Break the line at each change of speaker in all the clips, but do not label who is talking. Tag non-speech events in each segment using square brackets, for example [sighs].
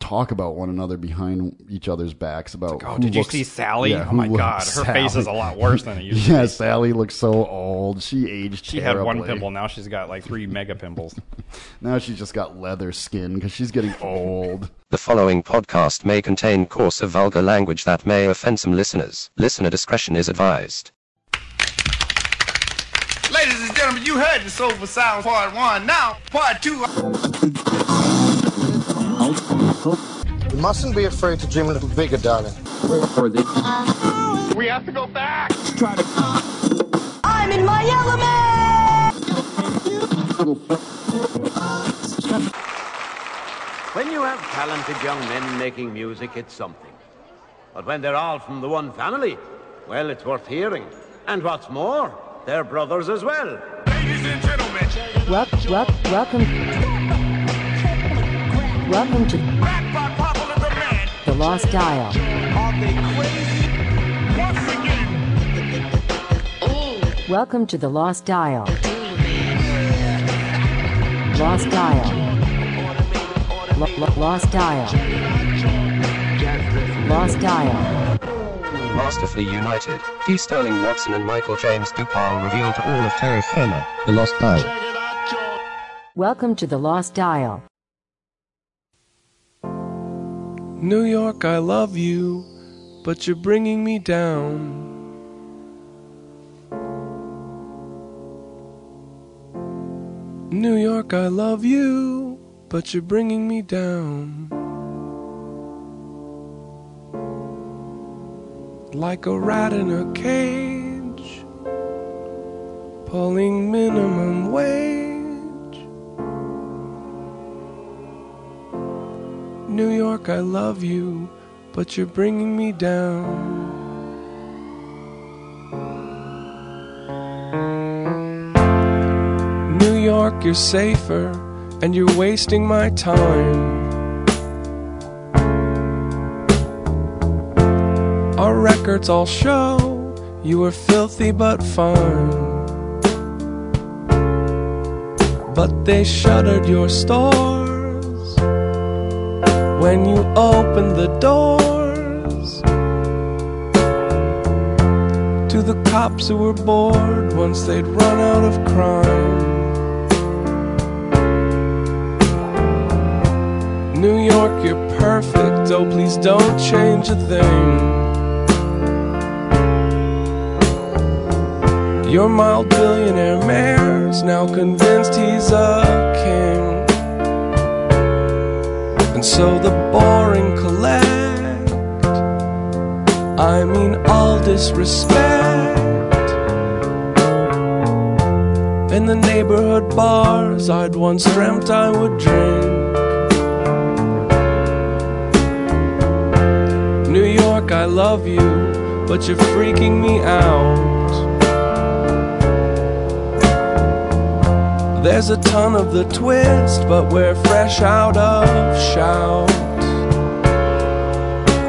talk about one another behind each other's backs about.
Oh,
who
did you
looks-
see Sally?
Yeah,
oh
who
my
looks
God, her face is a
Sally.
lot worse than it used.
[laughs]
to
Yeah, Sally looks so old. She aged.
She had one
terribly.
pimple. Now she's got like three mega pimples.
Now she's just got leather skin because she's getting old.
The following podcast may contain coarse or vulgar language that may offend some listeners. Listener discretion is advised.
[laughs] Ladies and gentlemen, you heard the Soulful Sound Part 1. Now, Part 2.
You mustn't be afraid to dream a little bigger, darling.
We have to go back.
I'm in my element!
When you have talented young men making music, it's something. But when they're all from the one family, well, it's worth hearing. And what's more, they're brothers as well.
Ladies and gentlemen,
Wel- wel- welcome. Welcome to
back by popular demand.
the Lost Dial.
Are they crazy? Once again,
Welcome to the Lost Dial. Lost Dial. Lo- lo- lost Dial. Lost Dial.
Masterfully united, D. Sterling Watson and Michael James Dupal reveal to all of Terra Firma, the lost dial.
Welcome to the Lost Dial.
New York, I love you, but you're bringing me down. New York, I love you, but you're bringing me down. Like a rat in a cage, pulling minimum wage. New York, I love you, but you're bringing me down. New York, you're safer, and you're wasting my time. Our records all show you were filthy but fine. But they shuttered your stores when you open the doors to the cops who were bored once they'd run out of crime. New York, you're perfect. Oh, please don't change a thing. Your mild billionaire mayor's now convinced he's a king. And so the boring collect. I mean, all disrespect. In the neighborhood bars, I'd once dreamt I would drink. New York, I love you, but you're freaking me out. There's a ton of the twist, but we're fresh out of shout.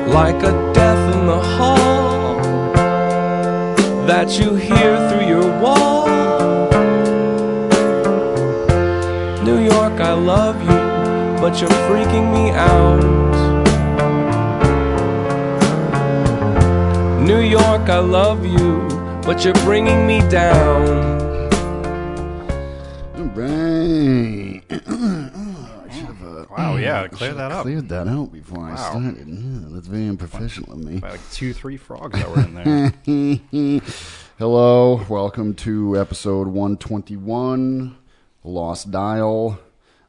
Like a death in the hall that you hear through your wall. New York, I love you, but you're freaking me out. New York, I love you, but you're bringing me down.
All right. I should have, uh,
Wow, Oh, yeah,
I
clear
should
that
have
up.
Cleared that out before I
Wow.
started. Yeah, that's very unprofessional of me.
By like two, three frogs that were in
[laughs]
there.
Hello, welcome to episode 121, Lost Dial.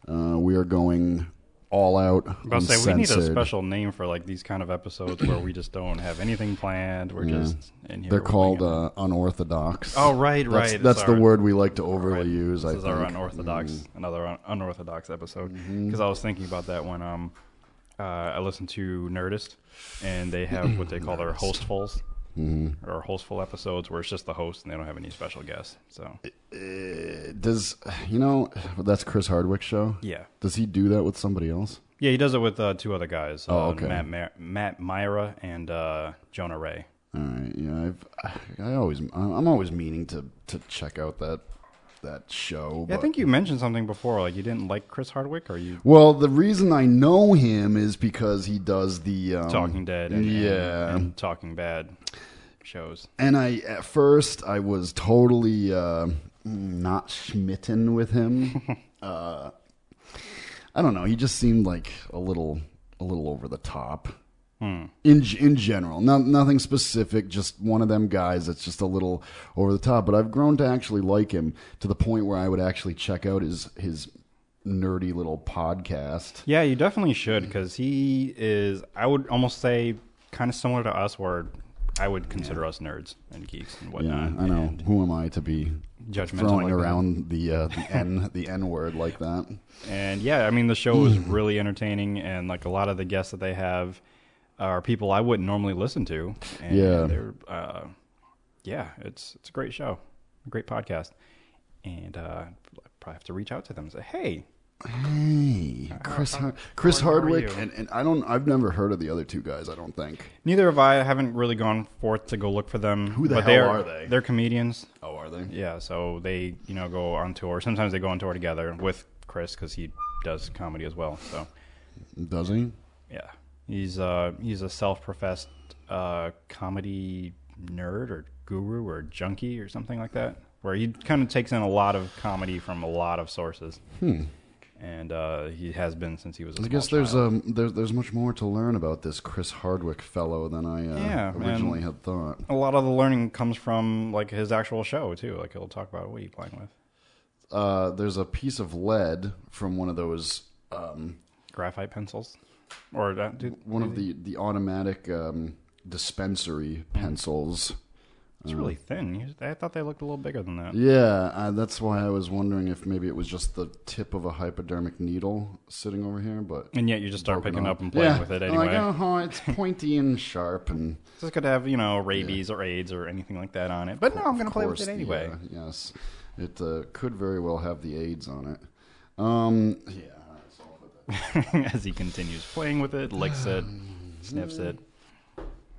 Uh, we are going all out.
But I was say we need a
uncensored.
special name for like these kind of episodes where we just don't have anything planned. We're just in here.
They're called
winging it.
uh, unorthodox.
Oh, right,
That's,
right,
That's the
sorry.
word we like to overly use.
This
I
is our
think. Mm-hmm.
unorthodox, another un- unorthodox episode. Because I was thinking about that when um, uh, I listened to Nerdist, and they have what they call their hostfuls
Mm-hmm.
or hostful episodes, where it's just the host and they don't have any special guests. So
Does you know that's Chris Hardwick's show?
Yeah.
Does he do that with somebody else?
yeah, he does it with uh, two other guys, uh,
Oh, okay.
Matt Mar- Matt Myra and uh, Jonah Ray.
All right. Yeah. I've I always I'm always meaning to to check out that that show.
Yeah, I
but-
think you mentioned something before, like you didn't like Chris Hardwick, or you
Well, the reason I know him is because he does the um,
Talking Dead and, and-
yeah,
and Talking Bad shows.
and I at first I was totally uh, not smitten with
[laughs]
him. uh, I don't know. He just seemed like a little a little over the top.
Hmm.
In in general, no, nothing specific. Just one of them guys that's just a little over the top. But I've grown to actually like him to the point where I would actually check out his his nerdy little podcast.
Yeah, you definitely should because he is. I would almost say kind of similar to us, where I would consider us nerds and geeks and
Yeah,
whatnot.
I know.
and
Who am I to be
Oh, Judgmental
throwing
like that.
around the uh, the n the n word like that?
And yeah, I mean the show
[clears throat]
is really entertaining, and like a lot of the guests that they have are people I wouldn't normally listen to. And
Yeah.
they're, uh, yeah, it's it's a great show, a great podcast, and uh, I probably have to reach out to them and say, hey,
Hey, Chris Har- Chris
how are
Hardwick,
you?
and, and I don't. I've never heard of the other two guys. I don't think.
neither have I. I haven't really gone forth to go look for them.
Who the
but
hell
they're,
are they?
They're comedians.
Oh, are they?
Yeah, so they you know go on tour. Sometimes they go on tour together with Chris because he does comedy as well. So
Does he?
yeah, he's uh he's a self-professed uh, comedy nerd or guru or junkie or something like that, where he kind of takes in a lot of comedy from a lot of sources. And uh, he has been since he was. a
Hmm. I
small
guess there's
child.
um there's there's much more to learn about this Chris Hardwick fellow than I uh,
Yeah, man.
originally had thought.
a lot of the learning comes from like his actual show too. Like he'll talk about what he's playing with
Uh, there's a piece of lead from one of those um,
graphite pencils, or that dude.
one of the the automatic um, dispensary
Hmm.
pencils.
It's
Hmm.
really thin. You- I thought they looked a little bigger than that.
Yeah, uh, that's why I was wondering if maybe it was just the tip of a hypodermic needle sitting over here, but
And yet you just start picking
broken
up and playing with it
I'm
anyway.
Like, oh, it's pointy and sharp, and
This could have, you know, rabies or AIDS or anything like that on it. But no, Oh, I'm going to
of
play with
course,
it
the,
anyway.
uh, yes, it uh, could very well have the AIDS on it. Um, yeah, it's all about that.
[laughs] As he continues playing with it, licks it, sniffs [sighs] it.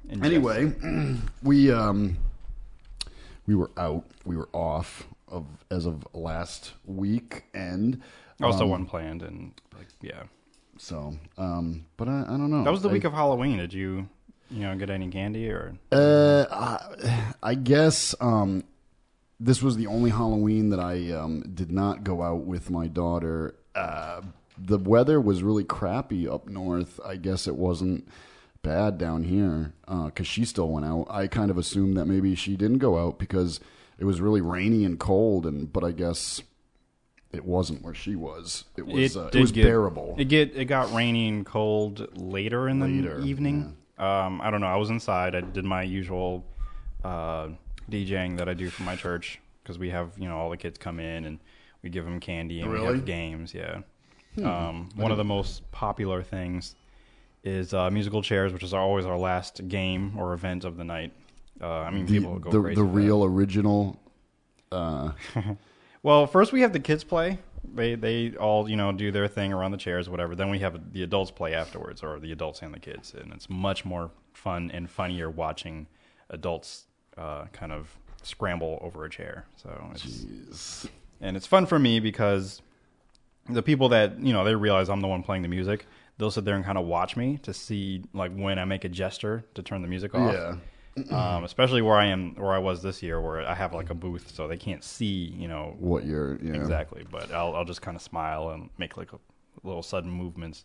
and
Anyway, [clears throat] we um, we were out, we were off of as of last week, and
just- Also unplanned and, like, yeah.
so, um, but I, I don't know.
That was the
I-
week of Halloween. Did you, you know, get any candy or...
Uh, I, I guess um, this was the only Halloween that I um, did not go out with my daughter. Uh, the weather was really crappy up north. I guess it wasn't bad down here because she still went out. I kind of assumed that maybe she didn't go out because it was really rainy and cold. And but I guess it wasn't where she was. It was. uh, it
did
was
get-
bearable.
It get it got rainy and cold later in the
Later,
evening. Um, I don't know. I was inside. I did my usual uh, DJing that I do for my church because we have you know all the kids come in and we give them candy and we
Really? Hmm.
have games. Yeah. Um, one of the most popular things is uh, musical chairs, which is always our last game or event of the night. Uh, I mean,
the,
people go
the,
crazy.
the
for that.
real original.
Well, first we have the kids play. They they all you know do their thing around the chairs, whatever. Then we have the adults play afterwards, or the adults and the kids, and it's much more fun and funnier watching adults uh, kind of scramble over a chair. So it's and it's fun for me because the people that you know they realize I'm the one playing the music. They'll sit there and kind of watch me to see like when I make a gesture to turn the music off
Yeah.
um, especially where I am, where I was this year, where I have like a booth, so they can't see, you know,
What you're yeah.
exactly. But I'll, I'll just kind of smile and make like a, little sudden movements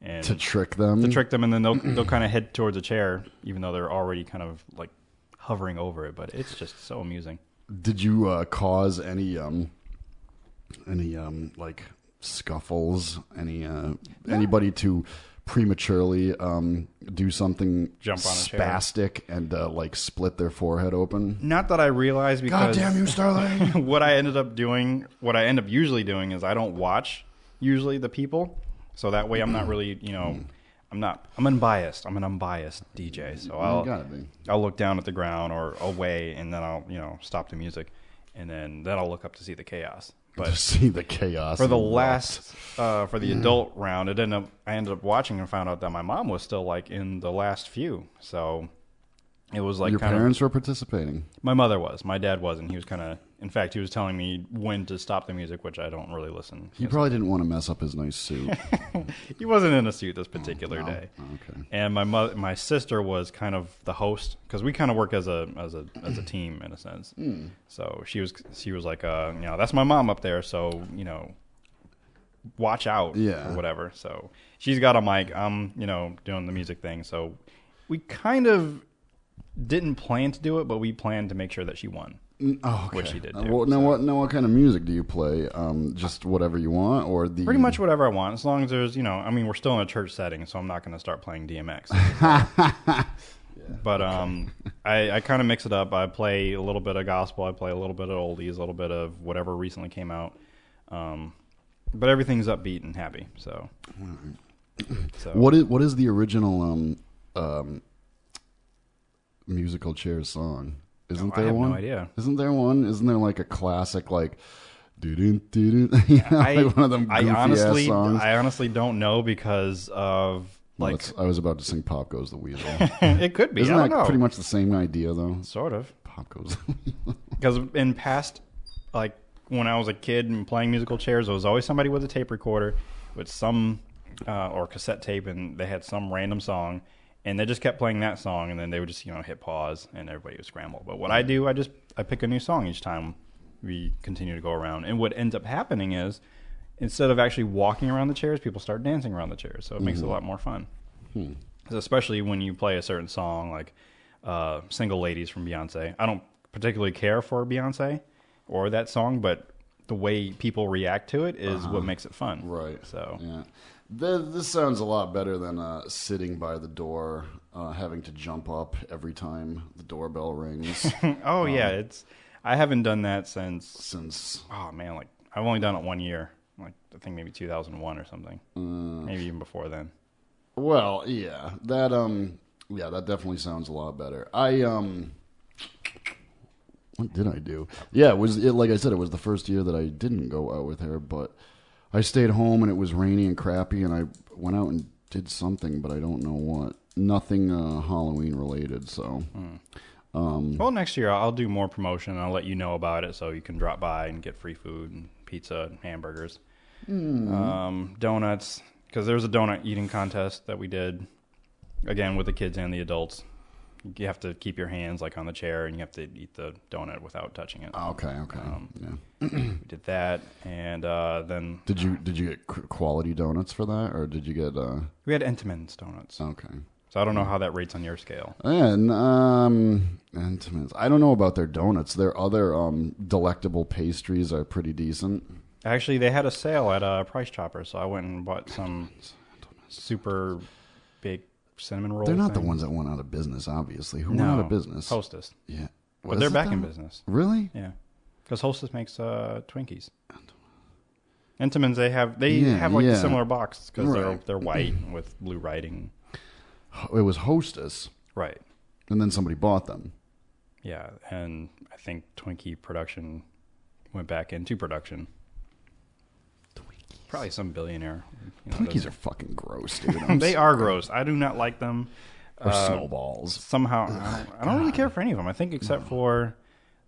and
to trick them
to trick them, and then they'll they'll kind of head towards a chair, even though they're already kind of like hovering over it. But it's just so amusing.
Did you uh, cause any um any um like scuffles? Any uh anybody to prematurely um do something
Jump on a chair.
spastic and uh, like split their forehead open?
Not that I realize
God
because
damn you, [laughs] Starling!
[laughs] what I ended up doing, what I end up usually doing is I don't watch usually the people, so that way I'm not really, you know, I'm not, I'm unbiased. I'm an unbiased DJ, so I'll,
gotta be.
I'll look down at the ground or away, and then I'll, you know, stop the music, and then then I'll look up to see the chaos.
to
But
see the chaos
for the
and
last, uh, for the
Mm.
adult round, it ended up, I ended up watching and found out that my mom was still like in the last few, so It was like
Your
kind
parents were participating.
of my mother was, my dad wasn't. He was kind of, in fact, he was telling me when to stop the music, which I don't really listen.
He probably didn't want to mess up his nice suit.
[laughs] He wasn't in a suit this particular day.
Oh, Okay.
and my mother, my sister was kind of the host because we kind of work as a as a as a team in a sense.
Hmm.
So she was she was like, uh, you know, that's my mom up there, so you know, watch out,
Yeah.
or whatever. So she's got a mic. I'm you know doing the music thing. So we kind of didn't plan to do it, but we planned to make sure that she won,
Oh, okay.
which she did.
Uh,
do.
well, now what? Now what kind of music do you play? Um, just whatever you want, or the
Pretty much whatever I want, as long as there's, you know, I mean, we're still in a church setting, so I'm not going to start
[laughs]
playing DMX. but um, I, I kind of mix it up. I play a little bit of gospel, I play a little bit of oldies, a little bit of whatever recently came out. Um, but everything's upbeat and happy. So
What is what is the original um, um, musical chairs song? Isn't
Oh, I
there
have no
one?
idea.
Isn't there one? Isn't there like a classic like, doo doo [laughs] you know,
I,
like one of them
I
goofy
honestly,
ass songs?
I honestly don't know because of
Well,
like
it's- I was about to sing "Pop Goes the
[laughs]
Weasel."
it could be.
Isn't
I don't
that
know.
pretty much the same idea though?
sort of.
Pop goes. the Weasel. [laughs]
because in past like when i was a kid and playing musical chairs there was always somebody with a tape recorder with some uh, or cassette tape and they had some random song and they just kept playing that song and then they would just you know hit pause and everybody would scramble but what i do i just i pick a new song each time we continue to go around and what ends up happening is instead of actually walking around the chairs people start dancing around the chairs so it makes it a lot more fun 'Cause especially when you play a certain song like uh, "Single Ladies" from Beyonce. I don't particularly care for Beyonce or that song, but the way people react to it is what makes it fun.
Uh-huh. Right.
So
yeah, Th- this sounds a lot better than uh, sitting by the door, uh, having to jump up every time the doorbell
[laughs]
rings.
oh yeah,
Um,
it's I haven't done that since
Since
oh man, like I've only done it one year, like I think maybe 2001 or something,
Mm.
maybe even before then.
well, yeah, that um, yeah, that definitely sounds a lot better. I um. What did I do? Yeah, it was it, like I said, it was the first year that I didn't go out with her, but I stayed home and it was rainy and crappy, and I went out and did something, but I don't know what. Nothing uh, Halloween related, so
Well, next year I'll do more promotion. and I'll let you know about it so you can drop by and get free food and pizza and hamburgers,
Hmm.
um, donuts. Because there was a donut eating contest that we did, again with the kids and the adults. You have to keep your hands like on the chair, and you have to eat the donut without touching it.
okay, okay, yeah.
We did that, and uh, then
Did you did you get qu- quality donuts for that, or did you get uh,
we had Entenmann's donuts.
okay?
So I don't know how that rates on your scale.
And um, Entenmann's. I don't know about their donuts. Their other um delectable pastries are pretty decent.
Actually, they had a sale at uh, Price Chopper, so I went and bought some super big cinnamon rolls.
They're not the
thing.
ones that went out of business, obviously. Who went out of business?
Hostess.
Yeah,
But they're
Was it
back in
them?
business.
Really?
Yeah. Because Hostess makes uh, Twinkies. Entenmann's, they have they
Yeah,
have like
yeah.
a similar box because they're
Right. [clears throat]
they're white with blue writing.
It was Hostess,
Right.
and then somebody bought them.
Yeah, and I think Twinkie production went back into production. Twinkies. Probably some billionaire. you know,
Twinkies
does-
are fucking gross,
[laughs]
dude. I'm
they um, are gross. I do not like them.
or snowballs.
Somehow, I don't really care for any of them. I think except for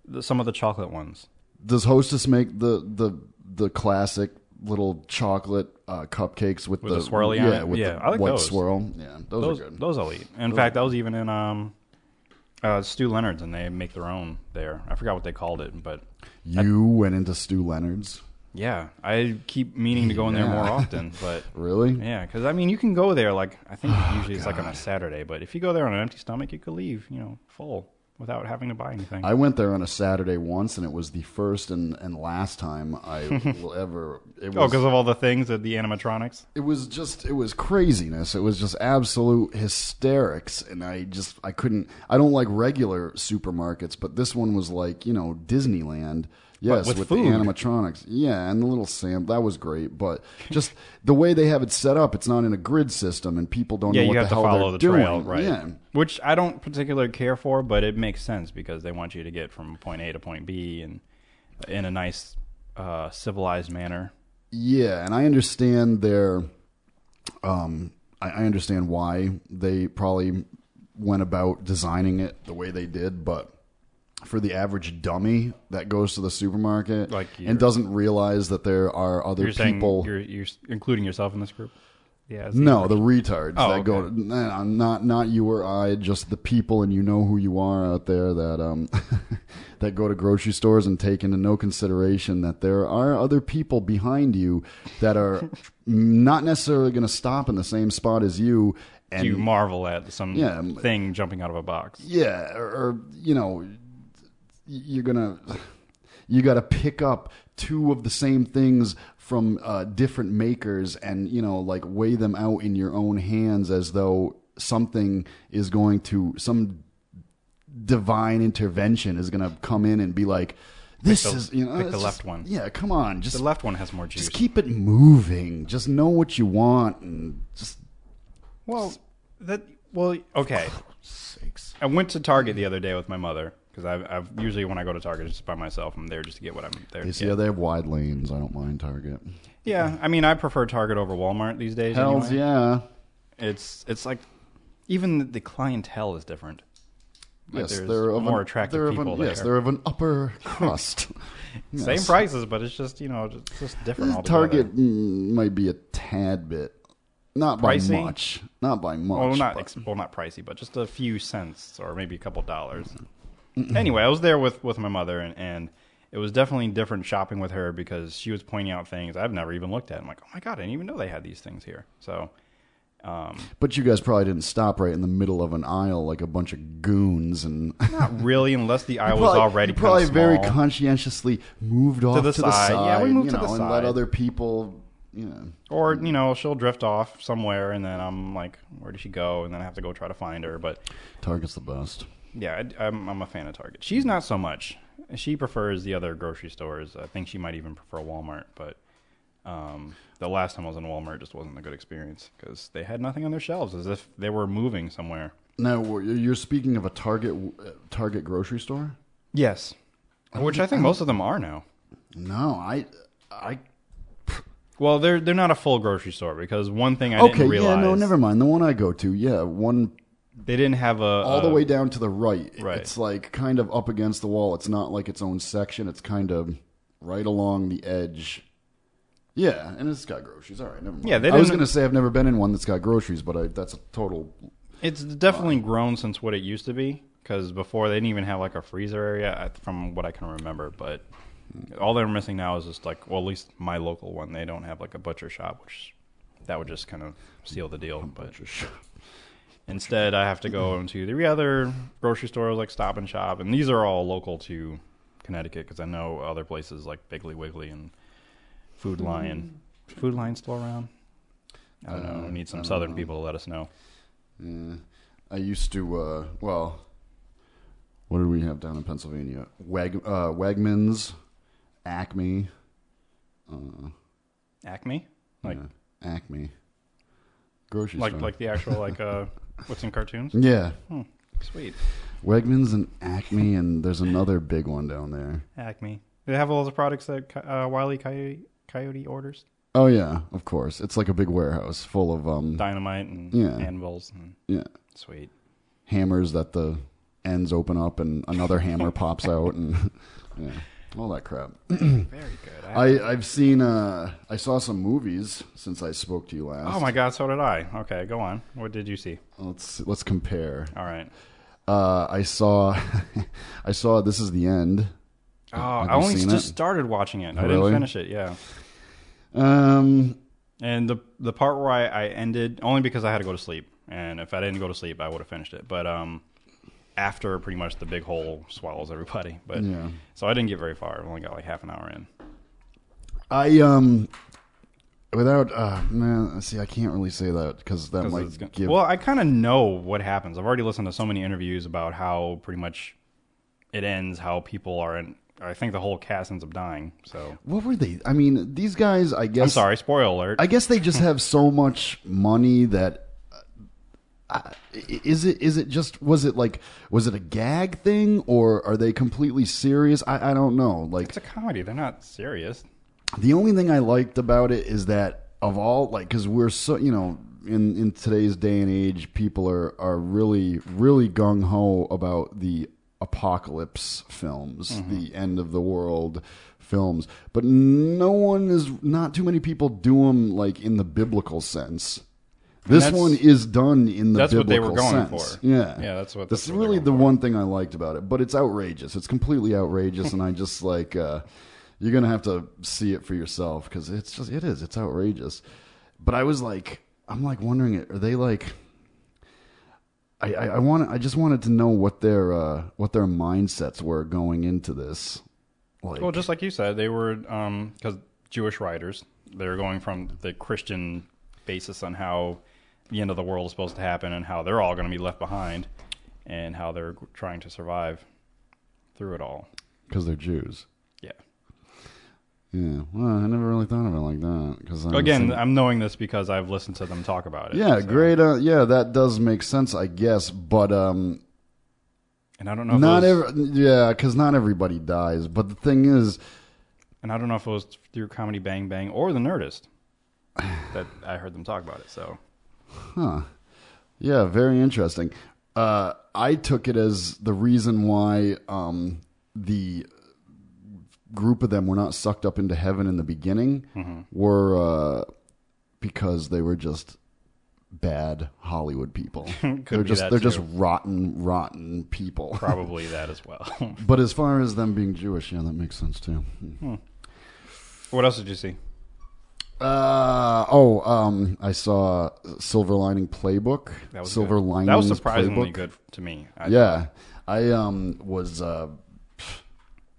the, some of the chocolate ones.
Does Hostess make the the the classic little chocolate uh, cupcakes with,
With the swirly on
yeah,
it?
With
Yeah,
the
I like
white
those.
swirl. Yeah, those,
those
are good.
those I'll eat. In fact, I was even in um, uh, Stu Leonard's, and they make their own there. I forgot what they called it, but
You went into Stu Leonard's,
yeah, I keep meaning to go in there
[laughs]
more often. But
really?
yeah, because I mean, you can go there like I think
Oh,
usually it's like on a Saturday, but if you go there on an empty stomach, you could leave, you know, full without having to buy anything.
I went there on a Saturday once, and it was the first and, and last time
[laughs]
I will ever. It
Oh,
was,
because of all the things that the animatronics.
it was just it was craziness. It was just absolute hysterics, and I just I couldn't. I don't like regular supermarkets, but this one was like you know Disneyland. Yes,
with
with the
food.
animatronics. Yeah, and the little Sam that was great, but just the way they have it set up, it's not in a grid system, and people don't
Yeah,
know what
you have
the
to
hell
follow
they're
the
doing.
trail, right?
Yeah.
Which I don't particularly care for, but it makes sense because they want you to get from point A to point B and in a nice uh, civilized manner.
Yeah, and I understand their, um, I, I understand why they probably went about designing it the way they did, but for the average dummy that goes to the supermarket
Like you're-
and doesn't realize that there are other
You're saying
people.
you're, you're s- including yourself in this group. Yeah. it's-
No, the retards
Oh,
that go
okay.
nah, not not you or I, just the people, and you know who you are out there that um [laughs] that go to grocery stores and take into no consideration that there are other people behind you that
[laughs]
are not necessarily going to stop in the same spot as you. And
you marvel at some
Yeah, um,
thing jumping out of a box.
yeah, or, or you know, you're gonna you got to pick up two of the same things from uh, different makers and you know like weigh them out in your own hands as though something is going to some divine intervention is going to come in and be like this
Pick the-
is you know
pick
it's
the
just-
left one.
yeah come on just
The left one has more juice.
just keep it moving just know what you want and just
Well, that well,
[sighs]
okay. I went to Target the other day with my mother because I've, I've usually when I go to Target it's just by myself. I'm there just to get what I'm there.
you
To
see
get.
how they have wide lanes i don't mind target
Yeah, I mean, I prefer Target over Walmart these days.
hells
anyway.
yeah
It's it's like even the clientele is different. Like
yes,
there's
they're of
more
an,
attractive
they're of an-
people.
Yes,
there.
they're of an upper [laughs] crust.
same
Yes.
prices, but it's just you know just, just different. altogether.
Target mm, might be a tad bit, not by
Pricey?
much, not by much.
Well, not
but-
ex- well, not pricey, but just a few cents or maybe a couple dollars. Anyway, I was there with with my mother, and, and it was definitely different shopping with her because she was pointing out things I've never even looked at. I'm like, oh my god, I didn't even know they had these things here. So
but you guys probably didn't stop right in the middle of an aisle like a bunch of goons and. [laughs]
not really, unless the aisle was
Probably-
already
you probably
kinda
very
small.
conscientiously moved off to
the
the,
side.
side.
Yeah, we moved
you
to the
know, and let
side.
other people. You know,
or you know she'll drift off somewhere, and then I'm like, where did she go? And then I have to go try to find her. But
Target's the best.
yeah, I, am I'm a fan of Target. She's not so much. She prefers the other grocery stores. I think she might even prefer Walmart. But um, the last time I was in Walmart, it just wasn't a good experience because they had nothing on their shelves, as if they were moving somewhere.
Now were- you're speaking of a Target, uh, Target grocery store.
Yes, which I think most of them are now.
No, I, I
Well, they're they're not a full grocery store because one thing I
okay,
didn't realize
yeah, no, never mind. The one I go to, yeah, one
they didn't have a
all the
a-
way down to the right.
Oh. right.
It's like kind of up against the wall. It's not like its own section. It's kind of right along the edge. Yeah, and it's got groceries. All right, never mind.
Yeah, they
I was
didn't-
going to say I've never been in one that's got groceries, but I, that's a total.
It's definitely grown since what it used to be. Because before they didn't even have like a freezer area, I- from what I can remember. But all they're missing now is just like, well, at least my local one, they don't have like a butcher shop, which that would just kind of seal the deal. But [laughs] instead, I have to go into the other grocery stores like Stop and Shop, and these are all local to Connecticut because I know other places like Piggly Wiggly and Food Lion. Food Lion still around? Uh, I don't know. We need some Southern people to let us know.
I used to. Uh, well, what did we have down in Pennsylvania? Wag, uh, Wegmans, Acme,
Acme, like
uh, Acme, grocery
like
store.
like the actual like
[laughs]
uh, what's in cartoons.
yeah,
Sweet
Wegmans and Acme, and there's another big one down there.
Acme. Do they have all those products that uh, Wiley Coyote, Coyote orders?
Oh yeah, of course. It's like a big warehouse full of um
Dynamite and
Yeah.
anvils. And,
yeah,
sweet.
hammers that the ends open up and another
[laughs]
hammer pops out and yeah, all that crap.
[clears throat] Very good. I,
I I've seen uh I saw some movies since I spoke to you last.
oh my God, so did I. Okay, go on. What did you see?
Let's let's compare.
All right.
Uh, I saw [laughs] I saw This Is the End.
Oh, I
you
only
seen
just
it?
started watching it. I didn't
Really?
finish it. Yeah.
Um
And the the part where I, I ended only because I had to go to sleep, and if I didn't go to sleep, I would have finished it. But um, after pretty much the big hole swallows everybody, but
Yeah.
so I didn't get very far. I only got like half an hour in.
I um without uh man, see I can't really say that cuz that
'Cause
might
it's gonna-
give
well, I kind of know what happens. I've already listened to so many interviews about how pretty much it ends, how people are in. I think the whole cast ends up dying. So
What were they? I mean, these guys I guess
I'm sorry, spoiler alert.
I guess they just have so much money that uh, I- is it is it just was it like was it a gag thing or are they completely serious? I, I don't know. Like
it's a comedy. They're not serious.
the only thing I liked about it is that of all like because we're so you know in in today's day and age, people are are really really gung ho about the apocalypse films, the end of the world films, but no one is not too many people do them like in the biblical sense. This
that's-
one is done in the
that's what they
biblical
were going
sense.
for.
Yeah,
Yeah, that's what-
That's,
that's what they
really
were
the one thing I liked about it. But it's outrageous. It's completely outrageous,
[laughs]
and I just like uh, you're gonna have to see it for yourself because it's just it is. It's outrageous. But I was like, I'm like wondering, are they like? I I, I want I just wanted to know what their uh, what their mindsets were going into this. Like,
Well, just like you said, they were because Jewish writers they were going from the Christian basis on how the end of the world is supposed to happen and how they're all going to be left behind and how they're trying to survive through it all.
because they're Jews.
Yeah.
Yeah. Well, I never really thought of it like that. Because
Again, I'm knowing this because I've listened to them talk about it.
Yeah,
so-
great. Uh, yeah, that does make sense, I guess. But um,
And I don't know. If
not
it was,
every yeah, because not everybody dies. But the thing is,
And I don't know if it was through Comedy Bang Bang or The Nerdist that I heard them talk about it. So
yeah, very interesting. Uh, I took it as the reason why um, the group of them were not sucked up into heaven in the beginning
Mm-hmm.
were uh, because they were just bad Hollywood
[laughs]
people. they're
be
just
that
they're
too.
just rotten, rotten people.
probably that as well. [laughs]
But as far as them being Jewish, yeah, that makes sense too.
what else did you see?
Uh oh, um, I saw Silver Lining Playbook.
That was
Silver
good.
Linings
That was surprisingly
Playbook.
good to me. I
Yeah, I um was uh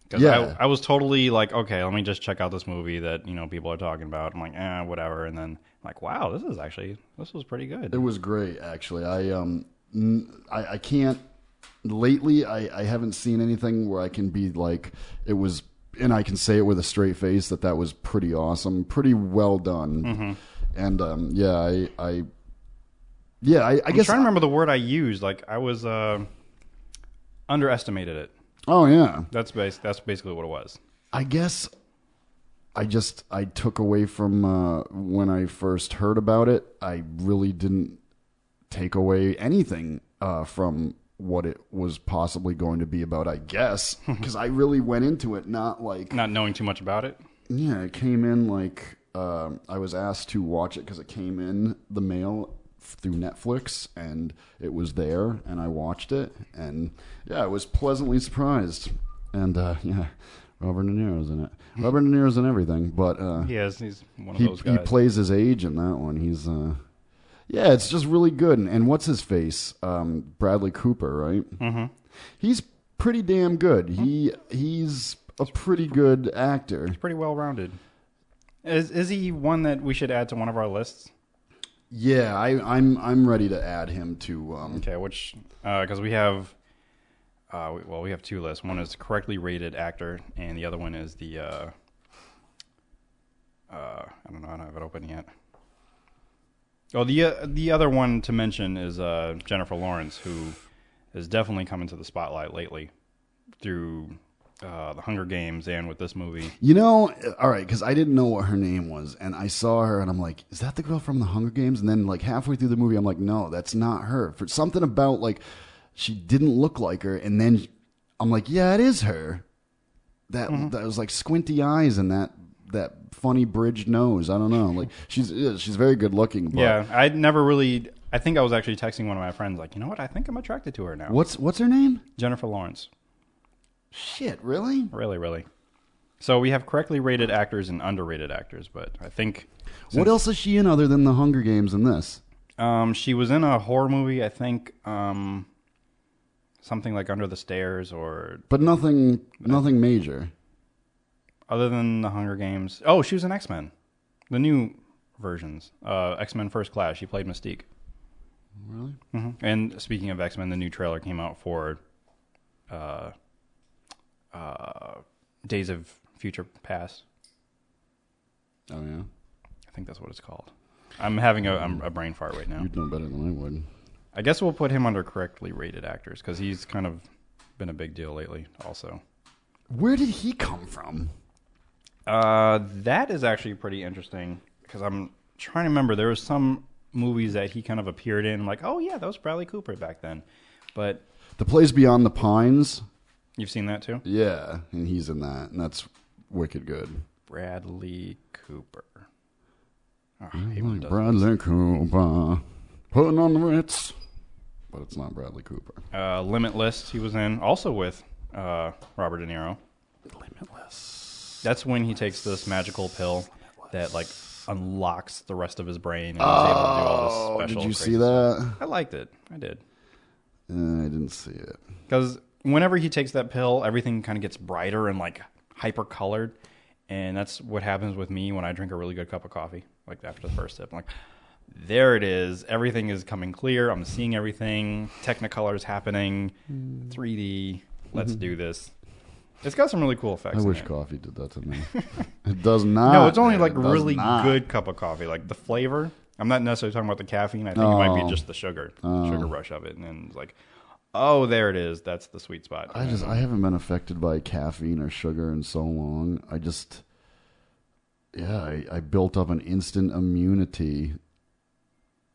Because
Yeah.
I, I was totally like, okay, let me just check out this movie that you know people are talking about. I'm like, eh, whatever. And then I'm like, wow, this is actually this was pretty good.
it was great actually. I um n- I I can't lately. I I haven't seen anything where I can be like it was, and I can say it with a straight face that that was pretty awesome, pretty well done,
Mm-hmm.
and um yeah I I yeah I, I
I'm
guess
trying to remember the word I used. Like I was uh, underestimated it.
oh yeah
That's bas- that's basically what it was.
I guess I just I took away from uh, when I first heard about it. I really didn't take away anything uh, from what it was possibly going to be about. I guess because I really went into it not like
Not knowing too much about it.
yeah, it came in like um, I was asked to watch it because it came in the mail f- through Netflix, and it was there, and I watched it, and yeah, I was pleasantly surprised, and uh, [laughs] yeah, Robert De Niro's in it. Robert De Niro's in everything, but uh,
He is. He's one of
he
those guys.
he plays his age in that one. He's uh, yeah, it's just really good. And, and what's his face? Um, Bradley Cooper, right? Mm-hmm. He's pretty damn good. He he's a pretty good actor.
pretty well rounded. Is is he one that we should add to one of our lists?
Yeah, I, I'm I'm ready to add him to. Um,
Okay, which because we have, uh, we, well, we have two lists. One is correctly rated actor, and the other one is the. Uh, uh, I don't know. I don't have it open yet. Oh, the uh, the other one to mention is uh, Jennifer Lawrence, who has definitely come into the spotlight lately through uh, the Hunger Games and with this movie.
You know, all right, because I didn't know what her name was, and I saw her, and I'm like, is that the girl from the Hunger Games? And then like halfway through the movie, I'm like, no, that's not her. For something about like she didn't look like her, and then I'm like, yeah, it is her. That that was like squinty eyes and that that funny bridge nose. I don't know. Like she's yeah, she's very good looking. But
Yeah, I never really. I think I was actually texting one of my friends, like, you know what? I think I'm attracted to her now.
What's what's her name?
Jennifer Lawrence.
Shit, really?
Really, really. So we have correctly rated actors and underrated actors, but I think
What else is she in other than the Hunger Games and this?
um, she was in a horror movie. I think um, something like Under the Stairs, or
But nothing nothing major.
other than the Hunger Games. Oh, she was in X Men, the new versions. Uh, X Men First Class. She played Mystique. Really? hmm And speaking of X Men, the new trailer came out for uh, uh, Days of Future Past.
Oh yeah.
I think that's what it's called. I'm having a, I'm a brain fart right now.
You'd know better than I would.
I guess we'll put him under correctly rated actors because he's kind of been a big deal lately. Also,
Where did he come from?
uh, that is actually pretty interesting because I'm trying to remember. There was some movies that he kind of appeared in, like, oh yeah, that was Bradley Cooper back then. But
The Place Beyond the Pines.
you've seen that too,
Yeah, and he's in that, and that's wicked good.
Bradley Cooper. Oh, he really
Like
does.
Bradley Cooper putting on the Ritz, but it's not Bradley Cooper.
uh, Limitless, he was in, also with uh, Robert De Niro. Limitless. That's when he takes this magical pill that like unlocks the rest of his brain and he's able to do all
Oh,
this special.
did you see
crazy stuff.
that?
I liked it. I did.
Uh, I didn't see it.
because whenever he takes that pill, everything kind of gets brighter and like hyper colored, and that's what happens with me when I drink a really good cup of coffee. Like after the first sip, I'm like, there it is. Everything is coming clear. I'm seeing everything. Technicolor is happening.
Hmm.
3D. Let's
Mm-hmm.
do this. It's got some really cool effects.
I
in
wish
it.
coffee did that to me. it does not.
[laughs] No, it's only
man.
like
It does
really
not.
good cup of coffee. Like the flavor. I'm not necessarily talking about the caffeine. I think it might
Oh.
be just the sugar, sugar rush of it, and then it's like, oh, there it is. That's the sweet spot.
I just I haven't been affected by caffeine or sugar in so long. I just yeah, I, I built up an instant immunity.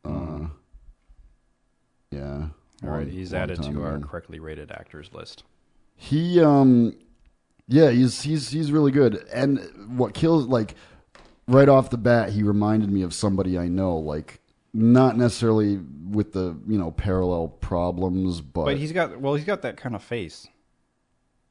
Uh, yeah.
All right,
long-
he's
long
added
time
to our
ago.
correctly rated actors list.
He um yeah, he's he's he's really good. And what kills like right off the bat he reminded me of somebody I know like not necessarily with the, you know, parallel problems, but,
But he's got well, he's got that kind of face.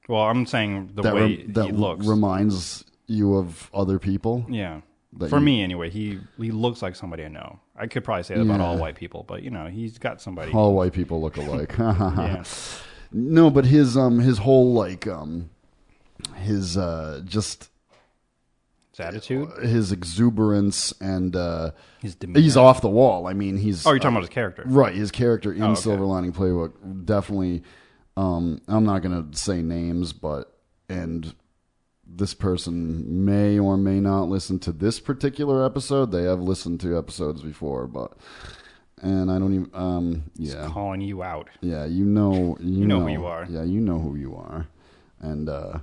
Well, I'm saying the
that
way
rem- that
he looks.
reminds you of other people.
yeah.
that
For
you-
me anyway, he he looks like somebody I know. I could probably say that about all white people, but you know, he's got somebody.
All white people look alike. [laughs]
Yeah.
No, but his um his whole like um his uh just
His attitude.
his exuberance and uh
His demeanor.
he's off the wall. I mean, he's
Oh, you're talking about his character. Oh,
Right, his character in
okay.
Silver Lining Playbook definitely. Um, I'm not going to say names, but and this person may or may not listen to this particular episode. They have listened to episodes before, but and I don't even. Um, yeah,
Calling you out.
yeah, you know, you,
know who you are.
Yeah, you know who you are, and uh,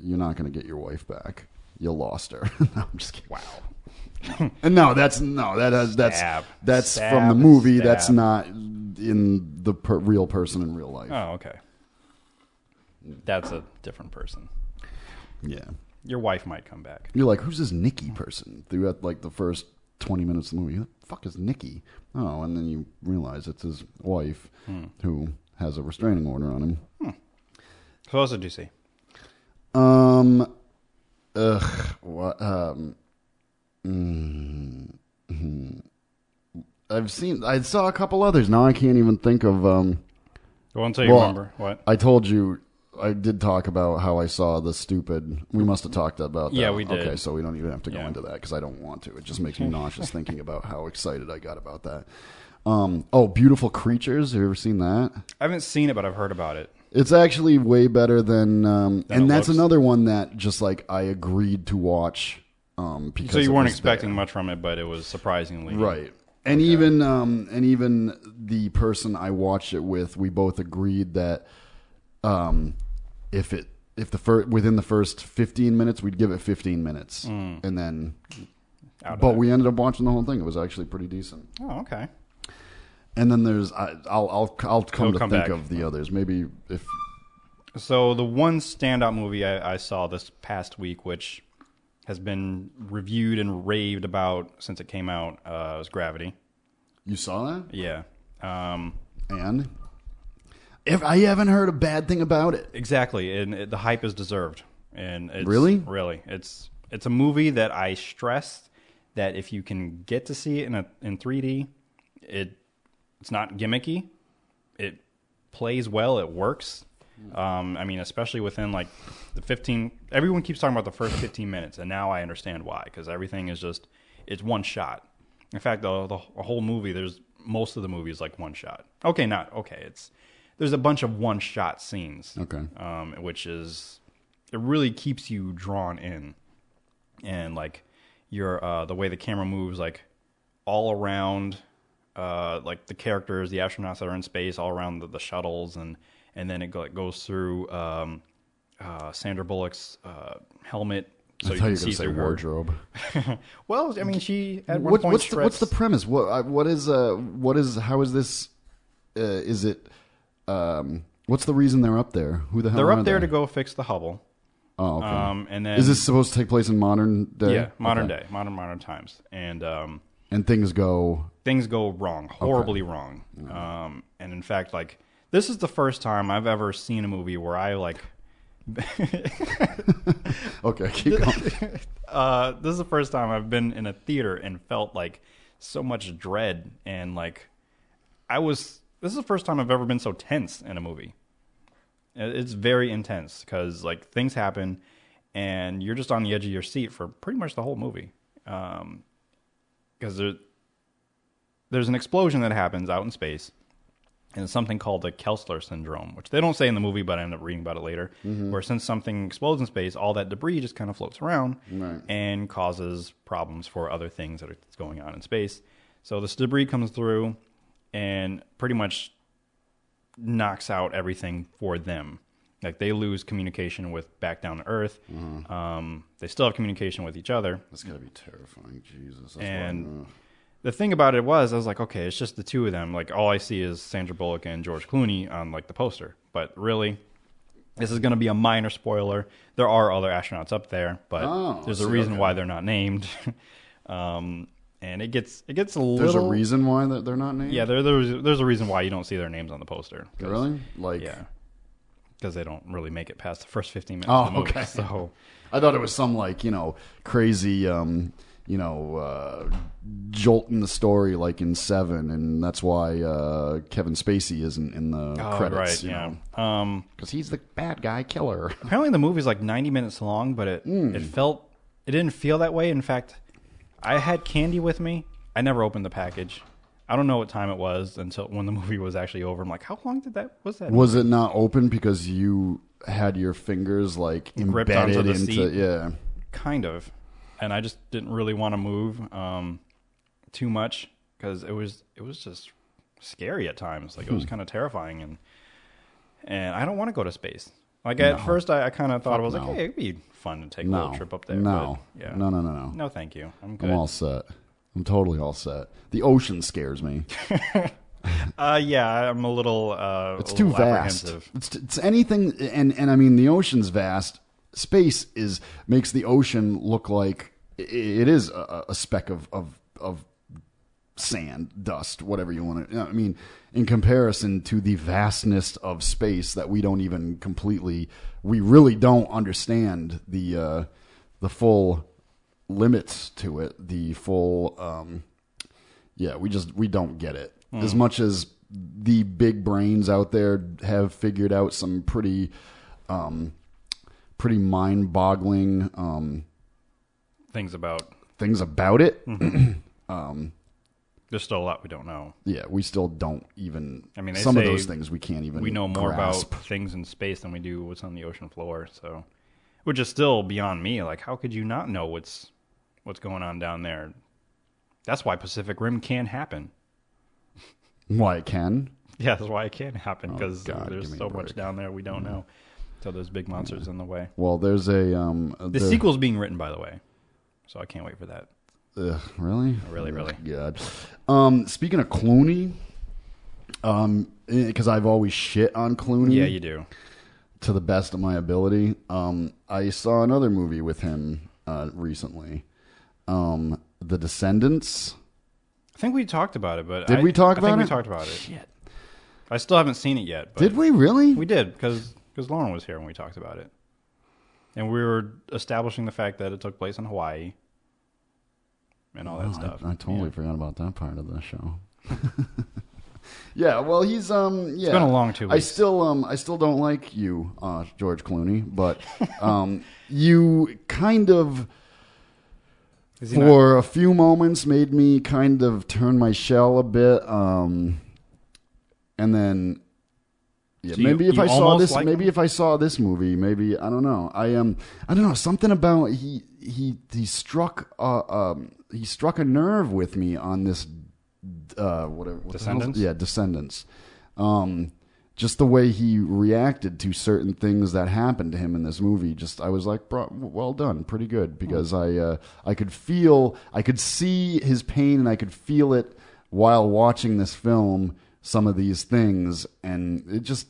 you're not going to get your wife back. You lost her. [laughs] no, I'm just kidding. Wow. And [laughs] no, that's no, that has that's
Stab.
that's
Stab,
from the movie.
stab.
That's not in the per- real person in real life.
Oh, okay. That's a different person.
Yeah,
Your wife might come back.
you're like, who's this Nikki person? Throughout like the first twenty minutes of the movie, who the fuck is Nikki? Oh, and then you realize it's his wife
Hmm.
who has a restraining order on him.
Who else did you see?
Um, ugh, what, um, mm, hmm. I've seen, I saw a couple others. Now I can't even think of, um,
Well, until you
well,
remember what.
I told you, I did talk about how I saw the stupid. We must have talked about that.
Yeah, we did.
Okay, so we don't even have to go
Yeah.
into that because I don't want to. It just makes me
[laughs]
nauseous thinking about how excited I got about that. Um, oh, Beautiful Creatures. Have you ever seen that?
I haven't seen it, but I've heard about it.
It's actually way better than, um,
Than
and
it
that's
looks.
another one that just like I agreed to watch um, because
So you
it
weren't
was
expecting
there.
much from it, but it was surprisingly
right? And even um, and even the person I watched it with, we both agreed that um, if it if the fir- within the first fifteen minutes, we'd give it fifteen minutes, and then.
Mm. Out
But
of
we ended up watching the whole thing. It was actually pretty decent.
it. Oh, okay.
And then there's I, I'll I'll I'll come
We'll
to
come
think
back.
of the others. Maybe if
So the one standout movie I, I saw this past week, which has been reviewed and raved about since it came out, uh, was Gravity.
you saw that,
Yeah, um,
and if I haven't heard a bad thing about it,
exactly. And it, the hype is deserved. And it's,
Really?
really, it's it's a movie that I stress that if you can get to see it in a in 3D, it it's not gimmicky. It plays well. It works. Um, I mean, especially within like the 15. Everyone keeps talking about the first 15 minutes, and now I understand why because everything is just it's one shot. In fact, the, the whole movie, there's most of the movie is like one shot. Okay, not okay. It's there's a bunch of one shot scenes.
Okay.
um, which is it really keeps you drawn in and like your uh the way the camera moves like all around uh like the characters the astronauts that are in space all around the, the shuttles and and then it, go, it goes through um uh Sandra Bullock's uh helmet So
I
you
thought
can
you were
see
going to say
through her.
wardrobe.
Well, I mean, she at one
What,
point
what's, the, what's the
strips-
premise? What I- what is uh what is how is this? Uh, is it um what's the reason they're up there? Who the hell
They're
are
up there
they?
to go fix the Hubble.
Oh, okay.
Um, and then
is this supposed to take place in modern day?
yeah modern
Okay.
day, modern modern times, and um,
And things go.
things go wrong, horribly wrong. Um, and in fact, like this is the first time I've ever seen a movie where I like. [laughs]
Okay, [laughs] keep going.
Uh, this is the first time I've been in a theater and felt like so much dread and like I was. This is the first time I've ever been so tense in a movie. It- It's very intense because like things happen, and you're just on the edge of your seat for pretty much the whole movie. Because there, there's an explosion that happens out in space, and it's something called the Kessler syndrome, which they don't say in the movie, but I end up reading about it later. Where since something explodes in space, all that debris just kind of floats around and causes problems for other things that are going on in space. So this debris comes through and pretty much knocks out everything for them. Like they lose communication with back down to Earth. Um, they still have communication with each other,
That's got to be terrifying. Jesus. That's
and
Mm.
the thing about it was, I was like, okay, it's just the two of them. Like, all I see is Sandra Bullock and George Clooney on like the poster. But really, this is going to be a minor spoiler. There are other astronauts up there, but
Oh,
there's
I
a
see.
reason
Okay.
why they're not named. [laughs] um, and it gets it gets a
there's
little
a reason why that they're not named.
Yeah, there, there's there's a reason why you don't see their names on the poster. 'Cause-
really. Like,
Yeah, because they don't really make it past the first 15 minutes.
Oh,
of the movie,
okay.
So.
I thought it was some like you know crazy um, you know uh, jolt in the story like in Seven, and that's why uh, Kevin Spacey isn't in the
Oh,
credits.
right,
you
yeah.
know,
Um,
because he's the bad guy killer. [laughs]
apparently the movie's like 90 minutes long but it
Hmm.
it felt it didn't feel that way in fact i had candy with me i never opened the package i don't know what time it was until when the [laughs] movie was actually over i'm like how long did that was that
Was it not open because you had your fingers like
Gripped
embedded
onto the
into?
seat.
Yeah,
kind of and i just didn't really want to move um too much because it was it was just scary at times like it was
Hmm.
kind of terrifying and and i don't want to go to space like at first i, I kind of thought it was
no.
like hey it'd be fun to take a
no
little trip up there
No,
but, yeah
no, no, no, no.
no thank you i'm good
I'm all set. I'm totally all set. The ocean scares me.
Uh, yeah, I'm a little. Uh,
It's
a
too
little
vast.
apprehensive.
It's, it's anything, and and I mean the ocean's vast. Space is makes the ocean look like i- it is a, a speck of of of sand, dust, whatever you want to. I mean, in comparison to the vastness of space that we don't even completely, we really don't understand the uh, the full limits to it. The full. Um, yeah, we just we don't get it.
Hmm.
As much as the big brains out there have figured out some pretty um pretty mind-boggling um
Things about
things about it.
Hmm. there's still a lot we don't know.
Yeah, we still don't even
I mean, they
some of
say
those things we can't even
We know more
grasp. [laughs]
about things in space than we do what's on the ocean floor. So, which is still beyond me. Like, how could you not know what's what's going on down there? That's why Pacific Rim can happen. [laughs]
why it can.
Yeah, that's why it can happen because
Oh, God, give
there's
me
so
a
much
break. Mm-hmm.
down there we don't know. So there's big monsters in the way.
Well, there's a um
The sequel's being written, by the way. So I can't wait for that.
Ugh, really?
Oh, Really, really.
God. Um, speaking of Clooney, um, because I've always shit on Clooney.
Yeah, you do.
to the best of my ability. Um, I saw another movie with him uh, recently, um, The Descendants.
I think we talked about it, but
Did
I-
we talk
I
about
think
it?
We talked about it. Shit. I still haven't seen it yet. But
Did we really?
We did because because Lauren was here when we talked about it, and we were establishing the fact that it took place in Hawaii and all that
Oh, I-
stuff.
I, totally forgot about that part of the show. [laughs] yeah, well, he's um, yeah. It's
been a long two
I
weeks.
still um, I still don't like you, uh, George Clooney, but um, [laughs] you kind of. For a few moments, made me kind of turn my shell a bit, um, and then yeah,
So you-
maybe if
you
I saw
almost
this,
like
maybe
him?
if I saw this movie, maybe I don't know. I um, I don't know something about he he he struck uh, um he struck a nerve with me on this uh whatever what the hell's-
Descendants?
yeah Descendants, um just the way he reacted to certain things that happened to him in this movie just i was like Bro, well done pretty
Mm.
good because i uh, i could feel i could see his pain and i could feel it while watching this film some of these things and it just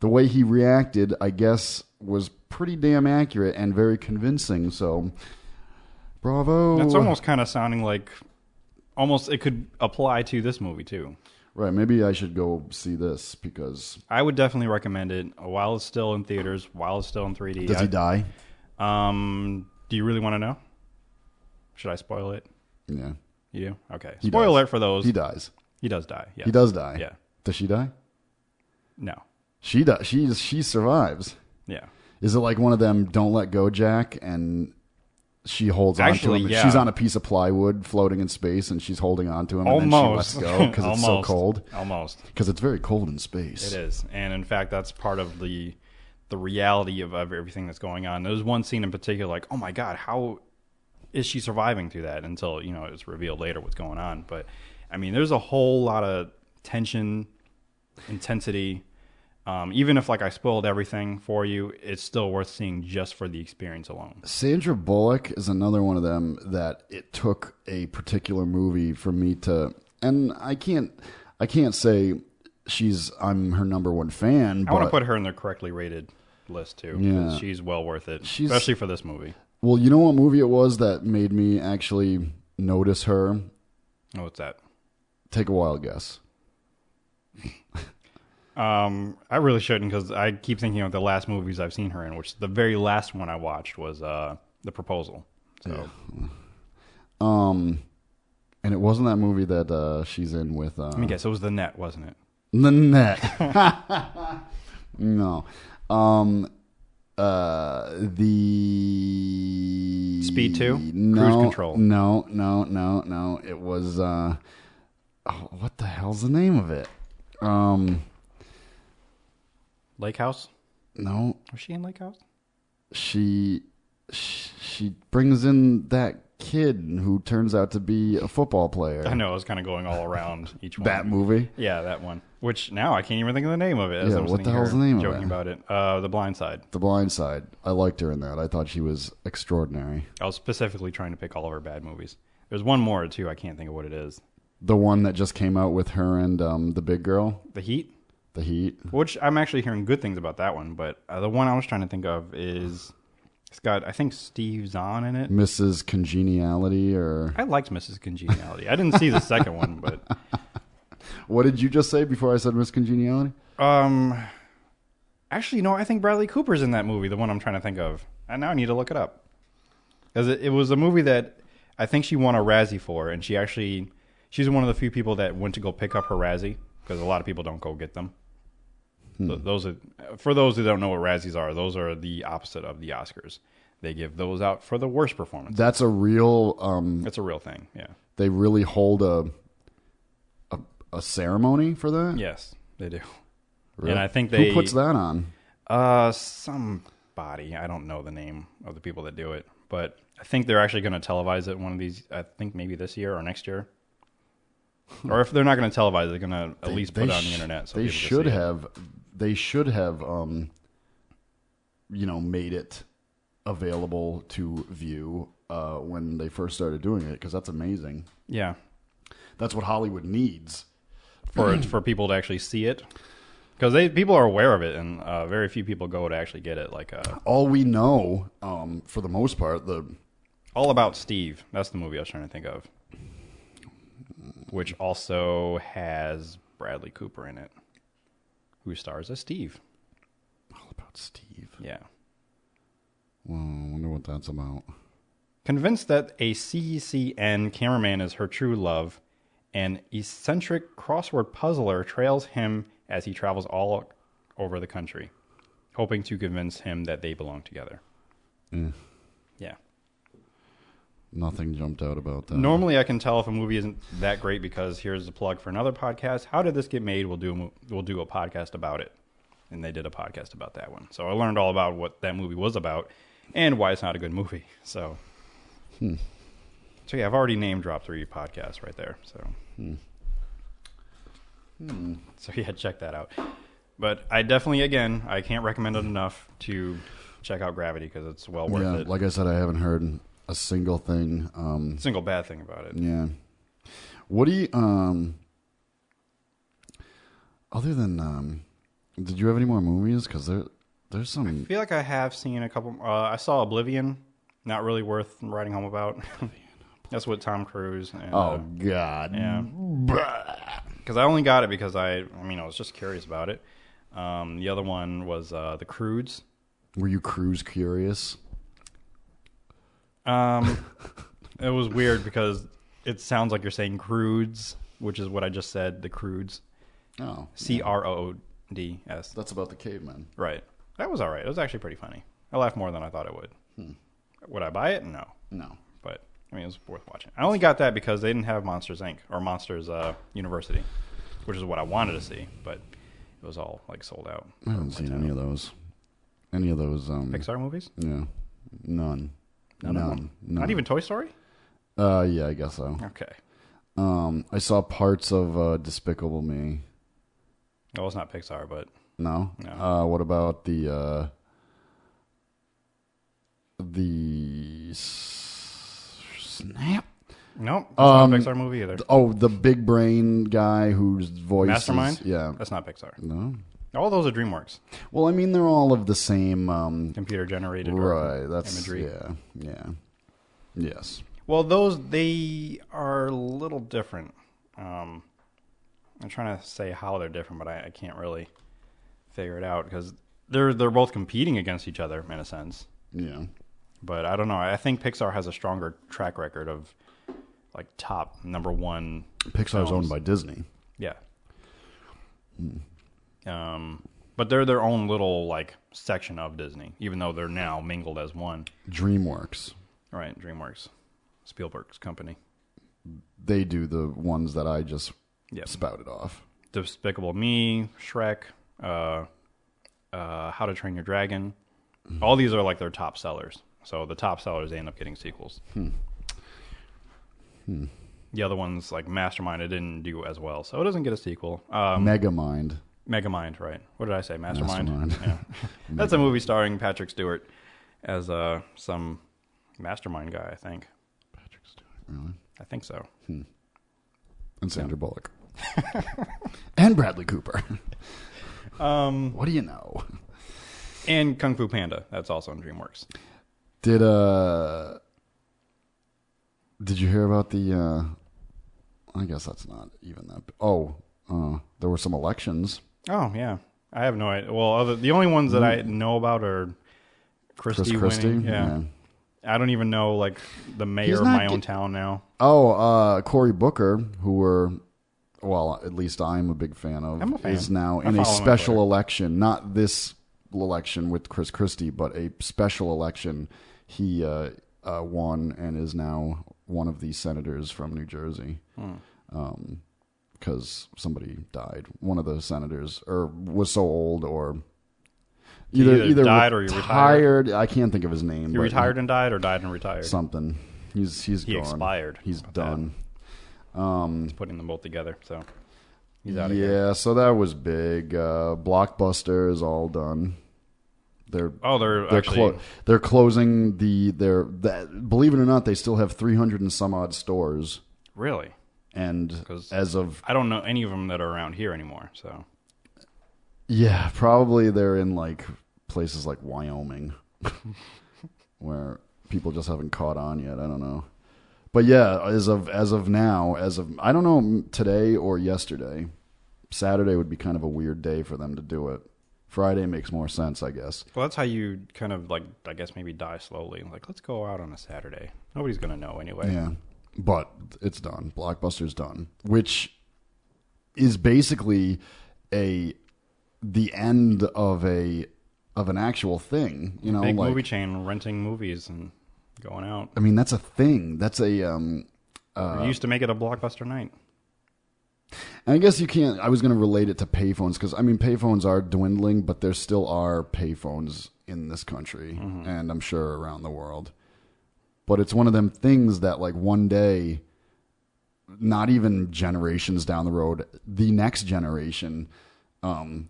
the way he reacted i guess was pretty damn accurate and very convincing so bravo
That's almost kind of sounding like almost it could apply to this movie too.
right maybe i should go see this because
I would definitely recommend it while it's still in theaters, while it's still in 3D.
does
I-
he die
Um, do you really want to know? Should I spoil it?
yeah
You do? Okay.
He
Spoil
does.
alert for those.
he dies
He does die. Yeah.
he does die
Yeah.
does she die
No.
She does. She she survives.
Yeah.
Is it like one of them? Don't let go, Jack, and she holds on to
Actually,
him. and
yeah.
She's on a piece of plywood floating in space, and she's holding on to him.
Almost.
and then she lets go because it's so
[laughs] Almost.
cold.
Almost.
Because it's very cold in space.
It is, and in fact, that's part of the the reality of, of everything that's going on. There's one scene in particular, like, oh my god, how is she surviving through that? Until you know it's revealed later what's going on. But I mean, there's a whole lot of tension, intensity. Um, even if like I spoiled everything for you, it's still worth seeing just for the experience alone.
Sandra Bullock is another one of them that it took a particular movie for me to, and I can't, I can't say she's I'm her number one fan.
I want
but-
to put her in the correctly rated list too. 'cause
Yeah.
she's well worth it,
She's-
especially for this movie.
Well, you know what movie it was that made me actually notice her.
Oh, what's that?
Take a wild guess.
Um, I really shouldn't because I keep thinking of the last movies I've seen her in, which the very last one I watched was uh, The Proposal. So
Um, and it wasn't that movie that uh, she's in with uh,
let me guess, it was The Net, wasn't it?
the net. [laughs] no, um, uh, the
Speed 2?
No,
Cruise Control.
No, no, no, no. It was uh, oh, what the hell's the name of it? Um,
Lake House?
no,
Was she in Lake House?
she sh- she brings in that kid who turns out to be a football player.
I know I was kind of going
[laughs]
all around each one.
that movie.
Yeah, that one. Which now I can't even think of the name of it. as
Yeah,
I was
what the
sitting
hell's
here
the name of
Joking
it?
about it. Uh, the Blind Side.
The Blind Side. I liked her in that. I thought she was extraordinary.
I was specifically trying to pick all of her bad movies. There's one more too. I can't think of what it is.
The one that just came out with her and um, the big girl,
The Heat,
The Heat.
which I'm actually hearing good things about that one. But uh, the one I was trying to think of is it's got I think Steve Zahn in it.
Mrs. Congeniality, or
I liked Mrs. Congeniality. I didn't see the second one, but
what did you just say before I said Miss Congeniality?
um, actually, no. I think Bradley Cooper's in that movie. The one I'm trying to think of, and now I need to look it up because it, it was a movie that I think she won a Razzie for, and she actually she's one of the few people that went to go pick up her Razzie because a lot of people don't go get them.
Hmm.
Th- those are for those who don't know what Razzies are. Those are the opposite of the Oscars. They give those out for the worst performance.
That's a real. Um,
That's a real thing. Yeah.
they really hold a, a a ceremony for that.
Yes, they do.
Really?
And I think they
who puts that on.
Uh, somebody. I don't know the name of the people that do it, but I think they're actually going to televise it one of these. I think maybe this year or next year. or if they're not going to televise, it, they're going to at least put it on the
sh-
internet. So
Hmm. they
people can
should
see it.
have. They should have. Um, you know, made it available to view uh, when they first started doing it because that's amazing.
Yeah,
That's what Hollywood needs.
for
Hmm.
for people to actually see it, because they people are aware of it, and uh, very few people go to actually get it. Like uh,
All we know, um, for the most part, the
All About Steve. That's the movie I was trying to think of, which also has Bradley Cooper in it, who stars as Steve.
all about Steve.
Yeah.
Well, I wonder what that's about.
Convinced that a CCN cameraman is her true love, an eccentric crossword puzzler trails him as he travels all over the country, hoping to convince him that they belong together. Yeah.
Nothing jumped out about that.
Normally, I can tell if a movie isn't that great because here's the plug for another podcast. How did this get made? We'll do a, mo- we'll do a podcast about it, and they did a podcast about that one. So I learned all about what that movie was about and why it's not a good movie. So,
Hmm.
so yeah, I've already name dropped three podcasts
Hmm.
right there. So, so yeah, Hmm. check that out. But I definitely, again, I can't recommend it enough to check out Gravity because it's well worth
yeah,
it.
like I said, I haven't heard a single thing. Um,
Single bad thing about it.
yeah. What do you um? Other than um, did you have any more movies? Because there, there's some.
I feel like I have seen a couple. Uh, I saw Oblivion. Not really worth writing home about. [laughs] That's what Tom Cruise. And,
Oh God.
yeah. Because I only got it because I, I mean, I was just curious about it. Um, the other one was uh, The Crudes.
Were you cruise curious?
Um, it was weird because it sounds like you're saying Crudes, which is what I just said. The Crudes,
Oh,
C R O D S.
that's about the caveman.
Right. That was all right. It was actually pretty funny. I laughed more than I thought it would.
Hmm.
Would I buy it? No.
No.
But I mean, it was worth watching. I only got that because they didn't have Monsters Inc. or Monsters uh, University, which is what I wanted to see, but it was all like sold out.
I haven't seen any of those. Any of those? Um,
Pixar movies?
Yeah. None. None.
of
None.
Not even Toy Story?
Uh, yeah, I guess so.
Okay.
Um, I saw parts of uh, Despicable Me.
Well, it's not Pixar, but
No.
No.
Uh, what about the uh, the s- snap?
nope. It's
Um,
not a Pixar movie either.
Oh, the big brain guy whose voice is-
Mastermind?
yeah.
That's not Pixar.
No.
All those are DreamWorks.
Well, I mean, they're all of the same. Um,
Computer generated
right. That's
imagery.
yeah. Yeah. Yes.
Well, those they are a little different. Um, I'm trying to say how they're different, but I, I can't really figure it out because they're they're both competing against each other in a sense.
Yeah.
But I don't know. I think Pixar has a stronger track record of like top number one.
Pixar's owned by Disney.
Yeah. Um, but they're their own little like section of Disney, even though they're now mingled as one.
DreamWorks.
All right, DreamWorks, Spielberg's company.
They do the ones that I just
Yep.
spouted off.
Despicable Me, Shrek, uh, uh, How to Train Your Dragon. All these are like their top sellers. So the top sellers they end up getting sequels.
Hmm.
Hmm. The other ones like Mastermind, it didn't do as well, so it doesn't get a sequel. Um,
Megamind.
Megamind, right? What did I say? Mastermind.
Mastermind. [laughs]
Yeah. [laughs] That's a movie starring Patrick Stewart as uh, some Mastermind guy, I think.
Patrick Stewart, really?
I think so.
And Sandra Bullock. [laughs] and Bradley Cooper.
Um,
What do you know?
and Kung Fu Panda. That's also in DreamWorks.
Did uh Did you hear about the uh I guess that's not even that Oh, uh there were some elections.
Oh yeah, I have no idea. Well, other, the only ones that I know about are
Mm. Chris
Christie
Christie?
winning. Yeah. I don't even know like the mayor of
not
my
get-
own town now.
Oh, uh Cory Booker, who were well, at least I'm a big fan of
I'm a fan.
is now
I
in a
follow him on
special
Twitter.
election, not this election with Chris Christie, but a special election he uh, uh, won and is now one of the senators from New Jersey.
Hmm.
Um, because somebody died, one of the senators, or was so old, or either
either died or he retired.
retired. I can't think of his name.
He
but-
retired and died, or died and retired.
something. He's he's
He
gone.
expired.
He's
About that.
done.
He's putting them both together, so he's out of
yeah,
here.
so that was big. Uh, Blockbuster is all done. They're
Oh, they're,
they're
actually
clo- they're closing the their that believe it or not they still have 300 and some odd stores
really.
and
'Cause-
as of
I don't know any of them that are around here anymore. So
yeah probably they're in like places like Wyoming [laughs] where people just haven't caught on yet I don't know but yeah as of as of now as of I don't know today or yesterday Saturday would be kind of a weird day for them to do it Friday makes more sense I guess
well, that's how you kind of like I guess maybe die slowly. Like let's go out on a Saturday. Nobody's gonna know anyway.
Yeah. But it's done. Blockbuster's done, which is basically a the end of a of an actual thing, you know,
Big
like
movie chain renting movies and going out.
I mean, that's a thing. That's a um
we used to make it a blockbuster night.
and I guess you can't I was going to relate it to payphones cuz I mean, payphones are dwindling, but there still are payphones in this country and I'm sure around the world. But it's one of them things that like one day not even generations down the road, the next generation um,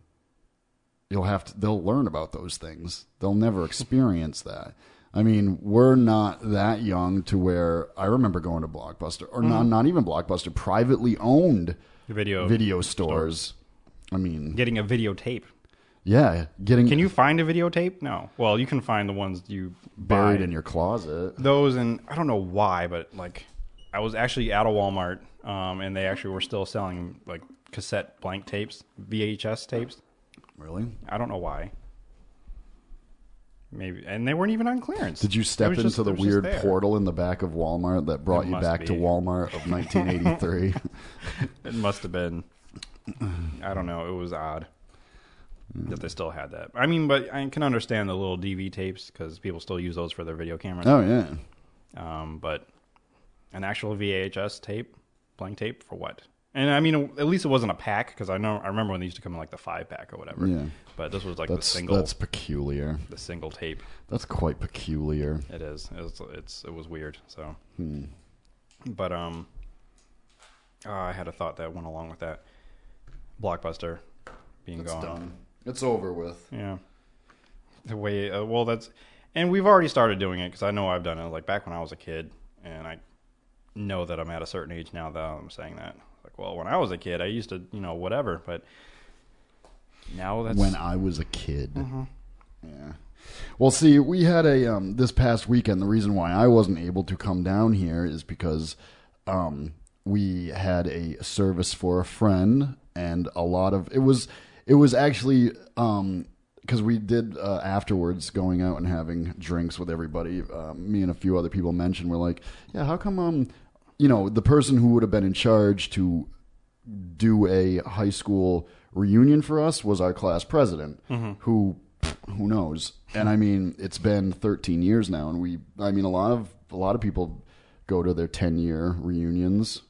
you'll have to they'll learn about those things they'll never experience that i mean we're not that young to where i remember going to blockbuster or not, not even blockbuster privately owned
Video.
video stores i mean
Getting a videotape.
yeah getting
Can you find a videotape? No. Well, you can find the ones you
buried
buy.
in your closet
those and I don't know why, but like I was actually at a Walmart um, and they actually were still selling like cassette blank tapes, VHS tapes.
really
I don't know why. Maybe and they weren't even on clearance.
did you
It
step
was
into
just-
the
it was just
weird
there.
portal in the back of walmart that brought
It
you
must
back to
be.
walmart
[laughs]
of 1983
It must have been. I don't know. It was odd that they still had that. I mean, but I can understand the little DV tapes because people still use those for their video cameras.
oh yeah
Um, but an actual VHS tape, blank tape for what? And I mean, at least it wasn't a pack because I know I remember when they used to come in like the five pack or whatever.
Yeah.
But this was like
that's
the single,
that's peculiar
the single tape.
that's quite peculiar
It is. It's. It's. It was weird. So.
Hmm.
But um. uh, I had a thought that went along with that. Blockbuster being
it's
gone.
done it's over with
Yeah. The way uh, well that's and we've already started doing it because I know I've done it like back when I was a kid and I know that I'm at a certain age now that I'm saying that like well when I was a kid I used to you know whatever but now that's
when I was a kid. Yeah. Well, see, we had a um, this past weekend. The reason why I wasn't able to come down here is because um, we had a service for a friend, and a lot of it was it was actually um, because we did uh, afterwards going out and having drinks with everybody. Um, me and a few other people mentioned we're like, yeah, how come um, you know, the person who would have been in charge to do a high school reunion for us was our class president, who pff, who knows. And I mean, it's been 13 years now, and we, I mean, a lot of a lot of people go to their 10 year reunions,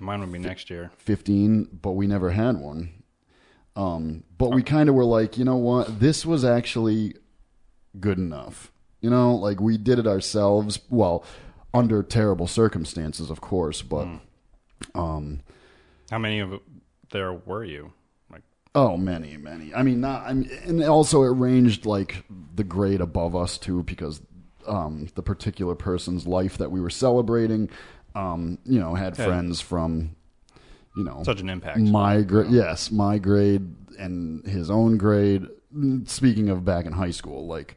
mine would be next year
15, but we never had one. Um, but we kind of were like, you know what, this was actually good enough. You know, like we did it ourselves. Well, under terrible circumstances, of course, but.
how many of there were you like
Oh, many, many. I mean, not. I mean, and also it ranged like the grade above us too, because um, the particular person's life that we were celebrating, um, you know, had friends from, you know,
such an impact
my grade. Yes, my grade and his own grade. Speaking of back in high school, like,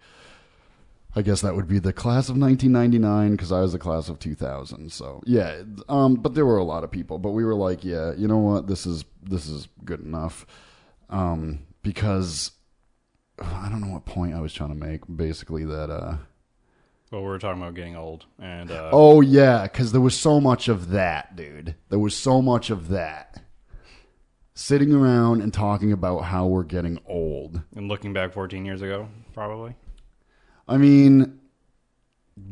I guess that would be the class of 1999 because I was the class of 2000. So yeah, um, but there were a lot of people. But we were like, yeah, you know what? This is this is good enough um, because I don't know what point I was trying to make. Basically, that. Uh,
well we were talking about getting old and uh,
oh yeah, because there was so much of that, dude. There was so much of that. Sitting around and talking about how we're getting old.
and looking back 14 years ago probably
I mean,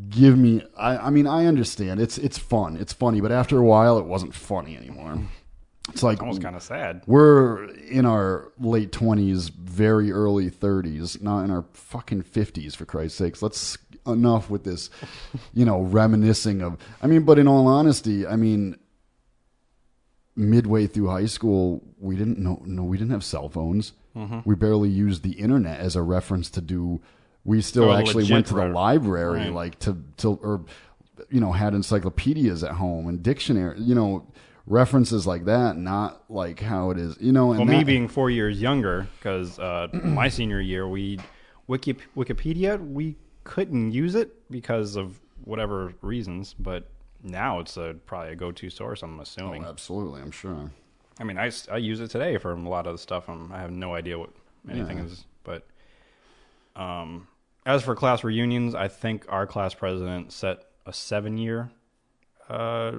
give me. I, I mean, I understand. It's it's fun. It's funny, but after a while, it wasn't funny anymore. It's like
almost kind of sad
we're in our late twenties, very early thirties, not in our fucking fifties. For Christ's sakes, let's enough with this, you know, reminiscing of. I mean, but in all honesty, I mean, midway through high school, we didn't know. No, we didn't have cell phones. We barely used the internet as a reference to do. We still
Or a
actually
legit
went to the
re-
library,
right.
like to to or you know had encyclopedias at home and dictionary, you know references like that. Not like how it is, you know. And
Well, me
that-
being four years younger, because uh, my senior year, we Wiki, Wikipedia, we couldn't use it because of whatever reasons. But now it's a, probably a go-to source. I'm assuming.
Oh, absolutely, I'm sure.
I mean, I, s- I use it today for a lot of the stuff. i I have no idea what anything is. But um, as for class reunions, I think our class president set a seven-year uh,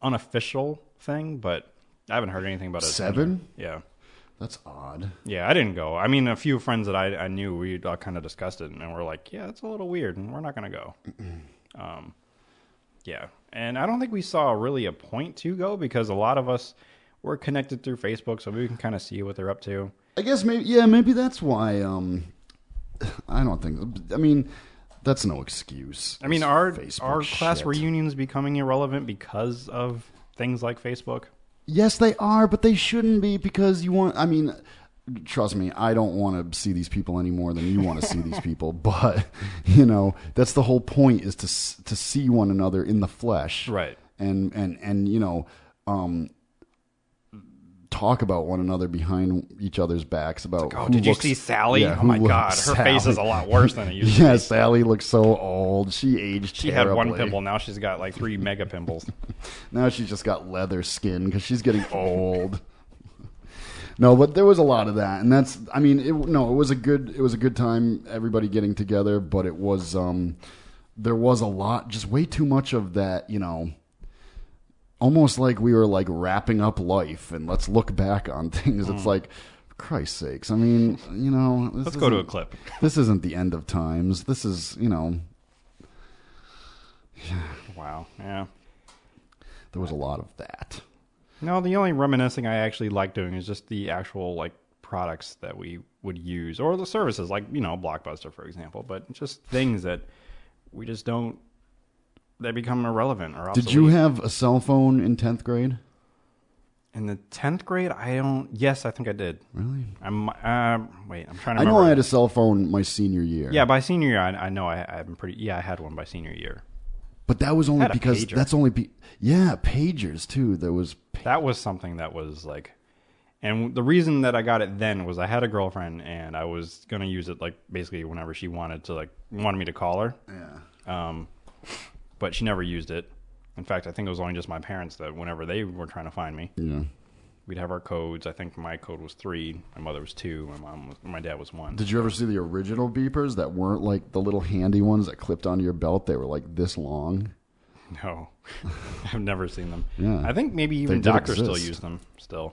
unofficial thing, but I haven't heard anything about it.
Seven?
Yeah.
That's odd.
Yeah, I didn't go. I mean, a few friends that I, I knew, we all kind of discussed it, and we're like, yeah, it's a little weird, and we're not going to go. um, yeah, and I don't think we saw really a point to go because a lot of us were connected through Facebook, so we can kind of see what they're up to.
I guess maybe yeah, maybe that's why. Um, [sighs] I don't think. I mean, that's no excuse.
I mean, are
Facebook
are class
shit.
reunions becoming irrelevant because of things like Facebook?
Yes, they are, but they shouldn't be because you want. I mean, trust me, I don't want to see these people any more than you want to see
[laughs]
these people. But you know, that's the whole point is to s- to see one another in the flesh,
Right.
And and and you know, um, talk about one another behind each other's backs about.
oh,
who
did you
looks-
see Sally?
Yeah,
oh
who
my
looks-
God, her face is a
Sally.
lot worse than it used
[laughs]
to
yeah,
be.
Sally looks so old. She aged.
She had one
terribly.
pimple. Now she's got like three
[laughs]
mega pimples.
Now she's just got leather skin because she's getting old. no, but there was a lot of that, and that's. I mean, it, no, it was a good. It was a good time. Everybody getting together, but it was. um There was a lot, just way too much of that. You know, almost like we were like wrapping up life and let's look back on [laughs] things. It's like. for Christ's sakes! I mean, you know. This
Hmm. Let's go to a
isn't-
clip.
This isn't the end of times. This is, you know,
Wow. Yeah.
there was a lot of that.
No, the only reminiscing I actually like doing is just the actual like products that we would use or the services like, you know, Blockbuster for example, but just things that we just don't they become irrelevant or obsolete.
Did you have a cell phone in tenth grade?
in the 10th grade? I don't Yes, I think I did. Really? I'm um wait, I'm trying to
I
remember.
know I had a cell phone my senior year.
yeah, by senior year, I, I know I, I'm pretty. Yeah, I had one by senior year.
but that was only
had a
because
pager.
that's only be- yeah pagers too. There was
That was something that was like, and the reason that I got it then was I had a girlfriend and I was gonna use it like basically whenever she wanted to like wanted me to call her. Yeah. Um, but she never used it. In fact, I think it was only just my parents that whenever they were trying to find me,
yeah.
we'd have our codes. I think my code was three, my mother was two, my mom, was, my dad was one.
Did you ever see the original beepers that weren't like the little handy ones that clipped onto your belt? They were like this long.
[laughs] No, [laughs] I've never seen them.
Yeah.
I think maybe even
did
doctors still
exist.
use them. Still,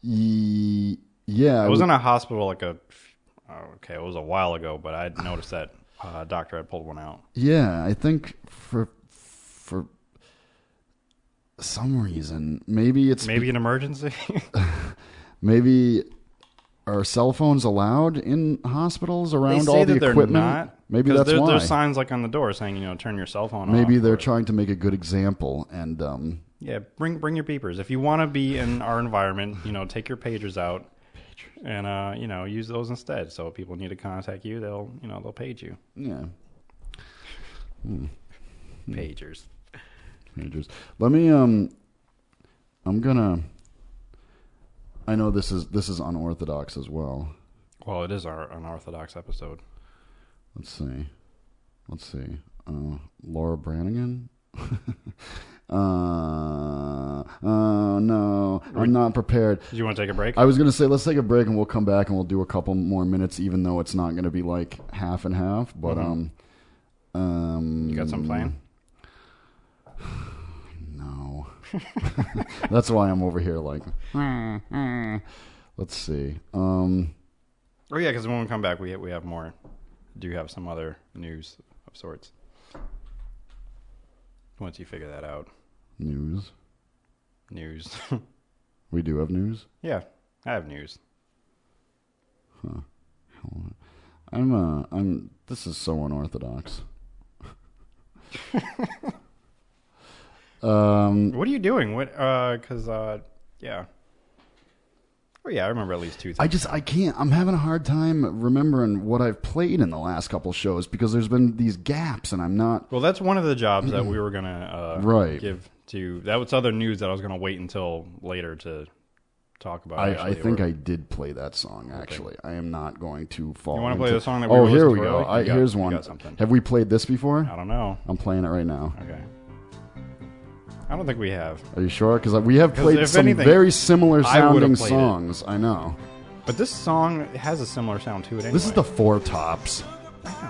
Ye- yeah,
I was in a hospital like a oh, okay, it was a while ago, but I noticed that uh, doctor had pulled one out.
yeah. I think for for some reason, maybe it's
Maybe an emergency. [laughs]
maybe are cell phones allowed in hospitals around all the equipment? Maybe
'cause
that's
there,
why.
There's signs like on the door saying you know turn your cell phone off.
Maybe they're
or-
trying to make a good example, and um,
Yeah, bring bring your beepers if you want to be in our environment. You know, take your pagers out. And uh, you know, use those instead. So if people need to contact you, they'll you know they'll page you.
yeah, Hmm.
Pagers.
Rangers. Let me. Um, I'm gonna. I know this is this is unorthodox as well.
Well, it is our unorthodox episode.
Let's see. Let's see. Uh, Laura Branigan. [laughs] uh, oh no, I'm not prepared.
Do you want to take a break?
I was gonna say let's take a break and we'll come back and we'll do a couple more minutes, even though it's not gonna be like half and half. But um, um,
you got some plan?
No. [laughs] That's why I'm over here like Let's see. Um
Oh yeah, because when we come back, we we have more. Do you have some other news of sorts? Once you figure that out,
news.
news. [laughs]
We do have news.
yeah, I have news.
I'm uh I'm this is so unorthodox. um
What are you doing? What? Uh, because uh, yeah. Oh yeah, I remember at least two. Things.
I just I can't I'm having a hard time remembering what I've played in the last couple shows because there's been these gaps and I'm not
well, that's one of the jobs that we were gonna uh,
Right.
give to. That was other news that I was gonna wait until later to talk about.
I, I
actually,
think
or-
I did play that song actually. I am not going to fall.
wanna
into-
play the song that we
Oh,
were
here
listening
we
to
go.
earlier?
I,
You got-
here's
you
one.
got something.
Have we played this before?
I don't know.
I'm playing it right now.
Okay. I don't think we have.
Are you sure? Because we have
'Cause
played
if
some
anything,
very similar
I
sounding
would've played it.
songs. I know.
But this song has a similar sound to it. Anyway.
This is the Four Tops.
I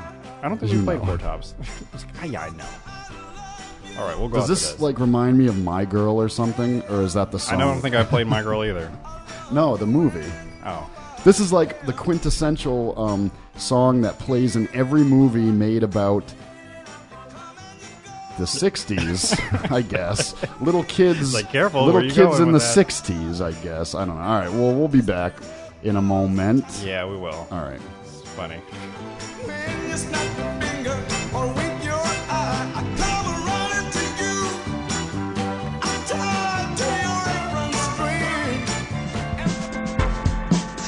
don't think we played Four Tops. [laughs] I, I know. All right, we'll go.
Does
after
this like remind me of My Girl or something, or is that the song?
I don't think I played My Girl either.
No, the movie.
Oh,
This is like the quintessential um, song that plays in every movie made about the '60s, I guess. Little kids,
Like, careful,
little
where you
kids
going
in the
with that?
'60s, I guess. I don't know. All right, well, we'll be back in a moment.
yeah, we will.
All right.
It's funny.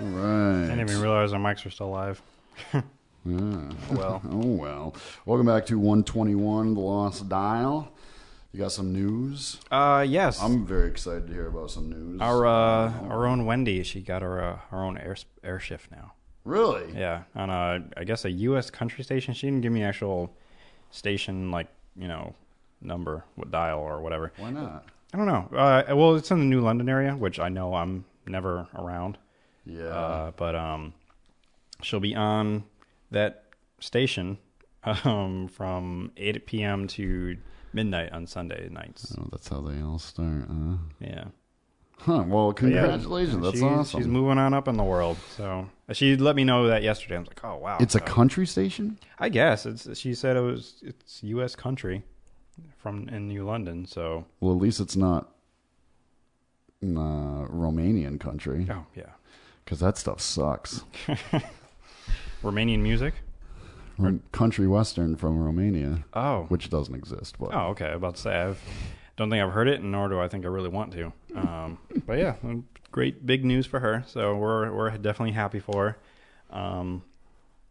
All right.
I didn't even realize our mics were still live.
Yeah.
Well.
oh well. Welcome back to 121, the Lost Dial. You got some news.
Uh, yes.
I'm very excited to hear about some news.
our uh, our own Wendy, she got her uh, her own air airshift now.
really?
Yeah, on a I guess a U.S. country station. She didn't give me actual station like you know number, what dial or whatever.
Why not?
I don't know. Uh, well, it's in the New London area, which I know I'm never around.
Yeah.
Uh, but um, she'll be on that station [laughs] um, from 8 p.m. to midnight on Sunday nights.
oh, that's how they all start. Huh?
Yeah.
Huh. Well,
Yeah.
congratulations. that's
she's,
awesome.
She's moving on up in the world. So she let me know that yesterday. I was like, oh wow.
it's a
So,
country station.
I guess it's. She said it was. It's U.S. country from in New London. So
Well, at least it's not uh, Romanian country
oh yeah,
because that stuff sucks.
Romanian music.
Rom- country western from Romania,
Oh.
which doesn't exist. But
Oh, okay. I was About to say, I don't think I've heard it, nor do I think I really want to. Um, but yeah, um, great big news for her. So we're we're definitely happy for her. Um,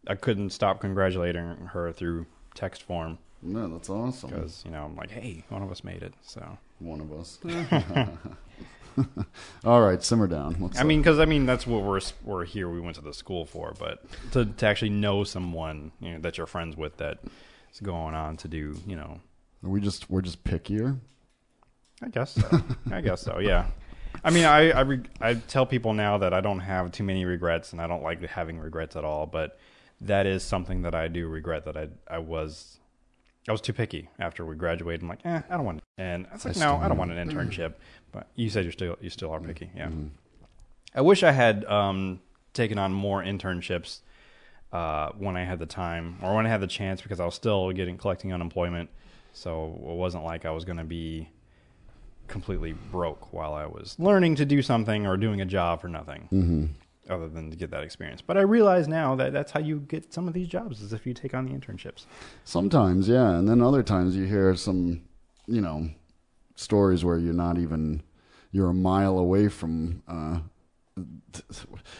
I couldn't stop congratulating her through text form
no, that's awesome.
because you know I'm like, hey, one of us made it. So
One of
[laughs]
us. [laughs] All right, simmer down. What's
I mean, because I mean that's what we're we're here. We went to the school for, but to to actually know someone you know, that you're friends with that's going on to do you know
up? are we just we're just pickier?
I guess so. I guess so. Yeah. I mean, I I, reg I tell people now that I don't have too many regrets, and I don't like having regrets at all. But that is something that I do regret that I I was I was too picky after we graduated. I'm like, eh, I don't want. It. And I was like, no, I don't want an internship. But you said you're still you still are picky. Yeah. I wish I had um, taken on more internships uh, when I had the time or when I had the chance because I was still getting collecting unemployment. So it wasn't like I was going to be completely broke while I was learning to do something or doing a job for nothing other than to get that experience. But I realize now that that's how you get some of these jobs is if you take on the internships.
Sometimes, yeah, and then other times you hear some, you know, stories where you're not even you're a mile away from uh,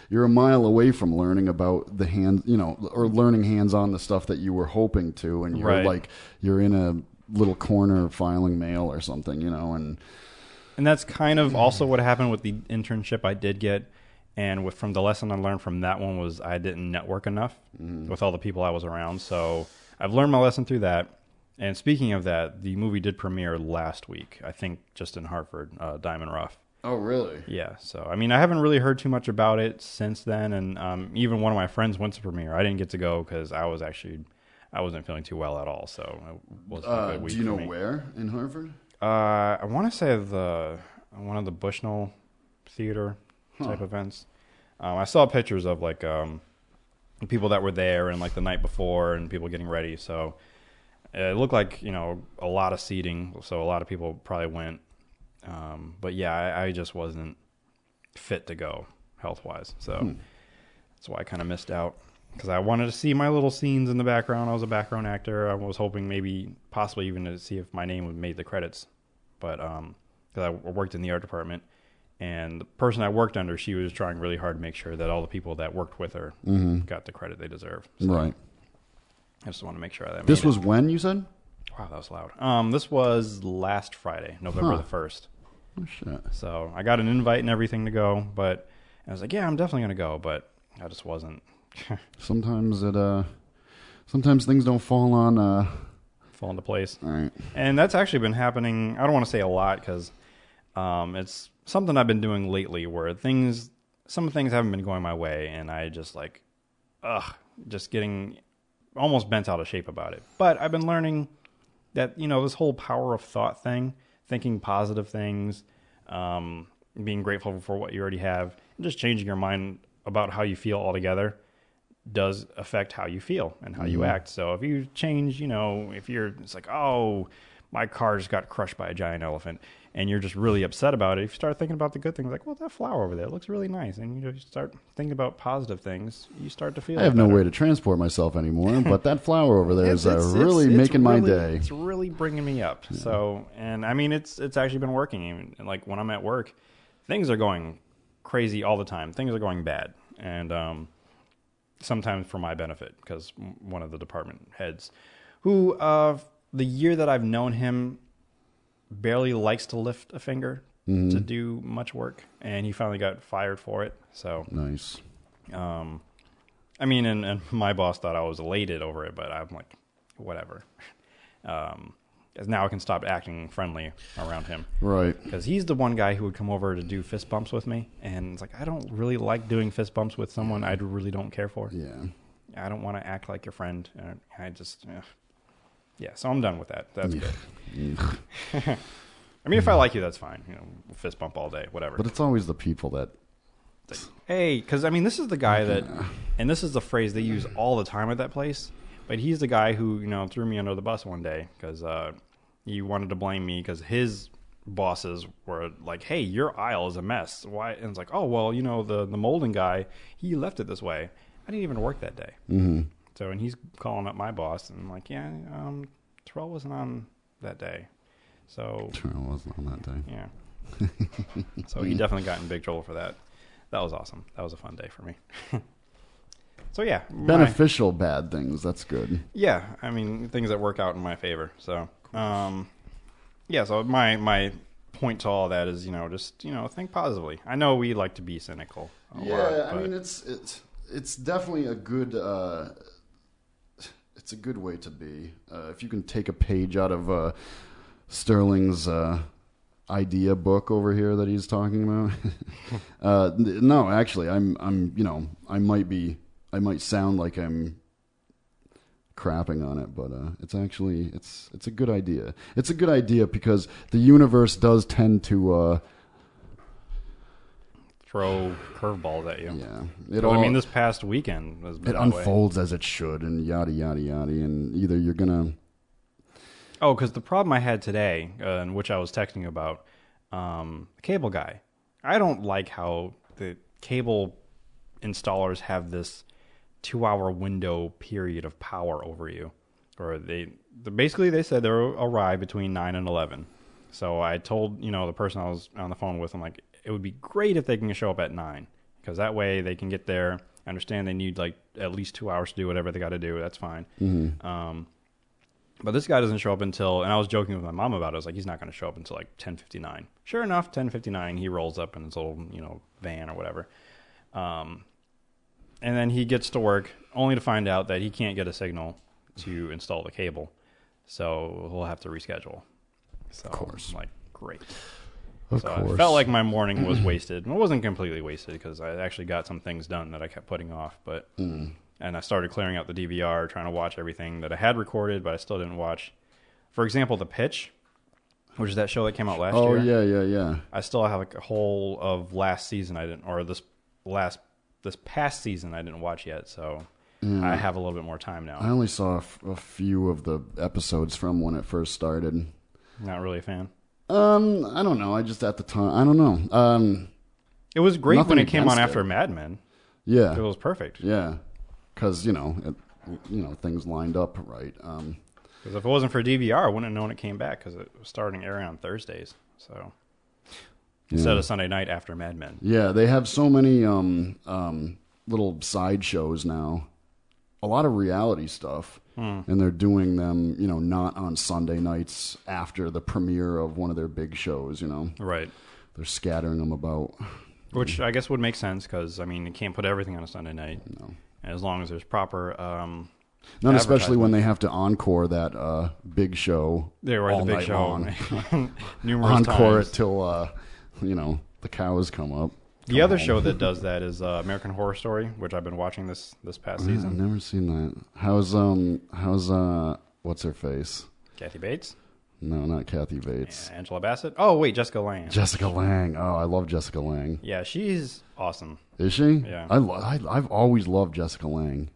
you're a mile away from learning about the hand, you know, or learning hands-on the stuff that you were hoping to, and you're
Right.
like you're in a little corner filing mail or something, you know, and
And that's kind of also what happened with the internship I did get. And with, from the lesson I learned from that one was I didn't network enough with all the people I was around. So I've learned my lesson through that. And speaking of that, the movie did premiere last week, I think just in Hartford, uh, Diamond Rough.
oh really?
Yeah, so I mean, I haven't really heard too much about it since then, and um, even one of my friends went to premiere. I didn't get to go because I was actually, I wasn't feeling too well at all, so it wasn't a
Uh,
good week.
do you
for
know
me.
where in Harvard?
Uh, I want to say the one of the Bushnell theater type events. Um, I saw pictures of like um, the people that were there and like the night before and people getting ready. So Uh, it looked like you know a lot of seating. So a lot of people probably went. Um, but yeah, I, I just wasn't fit to go health wise. So
Hmm.
that's why I kind of missed out because I wanted to see my little scenes in the background. I was a background actor. I was hoping maybe possibly even to see if my name would made the credits, but um, because I w- worked in the art department. And the person I worked under, she was trying really hard to make sure that all the people that worked with her got the credit they deserve. So
Mm-hmm. Right.
I just want to make sure that I
This
made it.
was when you said?
Wow, that was loud. Um, this was last Friday, November
Huh.
the first.
Oh, shit.
So I got an invite and everything to go, but I was like, yeah, I'm definitely gonna go, but I just wasn't [laughs]
Sometimes it uh, sometimes things don't fall on uh.
fall into place.
All right.
And that's actually been happening. I don't want to say a lot because um, it's something I've been doing lately where things some things haven't been going my way, and I just like, ugh, just getting almost bent out of shape about it. But I've been learning that you know this whole power of thought thing, thinking positive things, um, being grateful for what you already have, and just changing your mind about how you feel altogether does affect how you feel and how you
Mhm.
act. So if you change, you know, if you're it's like, oh, my car just got crushed by a giant elephant and you're just really upset about it, if you start thinking about the good things like, well that flower over there looks really nice and you know, you start thinking about positive things, you start to feel
I have no
better.
way to transport myself
[laughs]
anymore, but that flower over there is uh,
It's- it's-
really
it's
making my
really-
day.
It's really bringing me up. So, and I mean, it's it's actually been working. Even like when I'm at work, things are going crazy all the time. Things are going bad, and um, sometimes for my benefit because one of the department heads, who uh, the year that I've known him, barely likes to lift a finger
Mhm.
to do much work, and he finally got fired for it. So
Nice.
um, I mean, and, and my boss thought I was elated over it, but I'm like, whatever. Um, 'cause now I can stop acting friendly around him,
Right.
Because he's the one guy who would come over to do fist bumps with me, and it's like I don't really like doing fist bumps with someone I really don't care for.
Yeah.
I don't want to act like your friend. and I just, ugh. yeah. So I'm done with that. That's good. I mean, if I like you, that's fine. You know, fist bump all day, whatever.
But it's always the people that
Hey, because I mean, this is the guy that, and this is the phrase they use all the time at that place. But he's the guy who you know threw me under the bus one day because uh, he wanted to blame me because his bosses were like, "Hey, your aisle is a mess. Why?" And it's like, "Oh, well, you know the the molding guy, he left it this way. I didn't even work that day."
Mhm.
So, and he's calling up my boss and I'm like, "Yeah, um, Terrell wasn't on that day, so
Terrell wasn't on that day.
Yeah. so he definitely got in big trouble for that. That was awesome. That was a fun day for me. [laughs] so yeah, my-
beneficial bad things. That's good.
yeah, I mean things that work out in my favor. So, um, yeah. So my my point to all that is, you know, just you know, think positively. I know we like to be cynical. A
yeah,
lot,
I
but-
mean it's it's it's definitely a good uh, it's a good way to be. Uh, if you can take a page out of uh, Sterling's uh, idea book over here that he's talking about. [laughs] uh, n- no, actually, I'm I'm you know I might be I might sound like I'm crapping on it, but uh, it's actually it's it's a good idea. It's a good idea because the universe does tend to. Uh,
throw curveballs at you. Yeah,
It
I
all-
mean, this past weekend was
it unfolds as it should and yada yada yada and either you're gonna
Oh, because the problem I had today, uh, in which I was texting you about, um, the cable guy. I don't like how the cable installers have this two-hour window period of power over you, or they the- basically they said they'll arrive between nine and eleven. So I told you know the person I was on the phone with, I'm like, it would be great if they can show up at nine because that way they can get there. I understand they need like at least two hours to do whatever they got to do. That's fine.
Mhm.
Um, but this guy doesn't show up until, and I was joking with my mom about it. I was like, he's not going to show up until like 10:59. Sure enough, 10:59, he rolls up in his little, you know, van or whatever. Um, and then he gets to work, only to find out that he can't get a signal to install the cable, so he'll have to reschedule. So of course, like great.
Of
so I
course. Mm-hmm.
felt like my morning was wasted. Well, It wasn't completely wasted because I actually got some things done that I kept putting off, but
Mm.
and I started clearing out the DVR, trying to watch everything that I had recorded, but I still didn't watch. For example, The Pitch, which is that show that came out last
oh
year.
yeah yeah yeah
I still have like a whole of last season I didn't, or this last this past season I didn't watch yet, so
Yeah.
I have a little bit more time now.
Mm. i only saw a, f- a few of the episodes from when it first started
Not really a fan.
um i don't know i just at the time i don't know um
It was great
Nothing
when it came on
against
after
it.
Mad Men.
yeah
It was perfect.
yeah because you know it, you know things lined up right um
Because if it wasn't for DVR, I wouldn't have known it came back because it was starting airing on Thursdays. So instead
Yeah.
of Sunday night after Mad Men.
Yeah, they have so many um, um, little side shows now. A lot of reality stuff,
Hmm.
and they're doing them, you know, not on Sunday nights after the premiere of one of their big shows. You know,
Right.
They're scattering them about.
Which I guess would make sense because I mean you can't put everything on a Sunday night. No. As long as there's proper. Um,
Not especially when they have to encore that uh, big show.
They were at the
all
big [laughs]
night
show
long. [laughs]
numerous
encore
times.
it till uh, you know the cows come up.
The other show that does that is uh, American Horror Story, which I've been watching this this past
Yeah, I've
season.
never seen that. How's um how's uh what's her face?
Kathy Bates,
No, not Kathy Bates.
Angela Bassett. Oh wait, Jessica Lange.
Jessica Lang. Oh, I love Jessica Lang.
yeah, she's awesome.
Is she?
Yeah.
I, lo- I I've always loved Jessica Lang.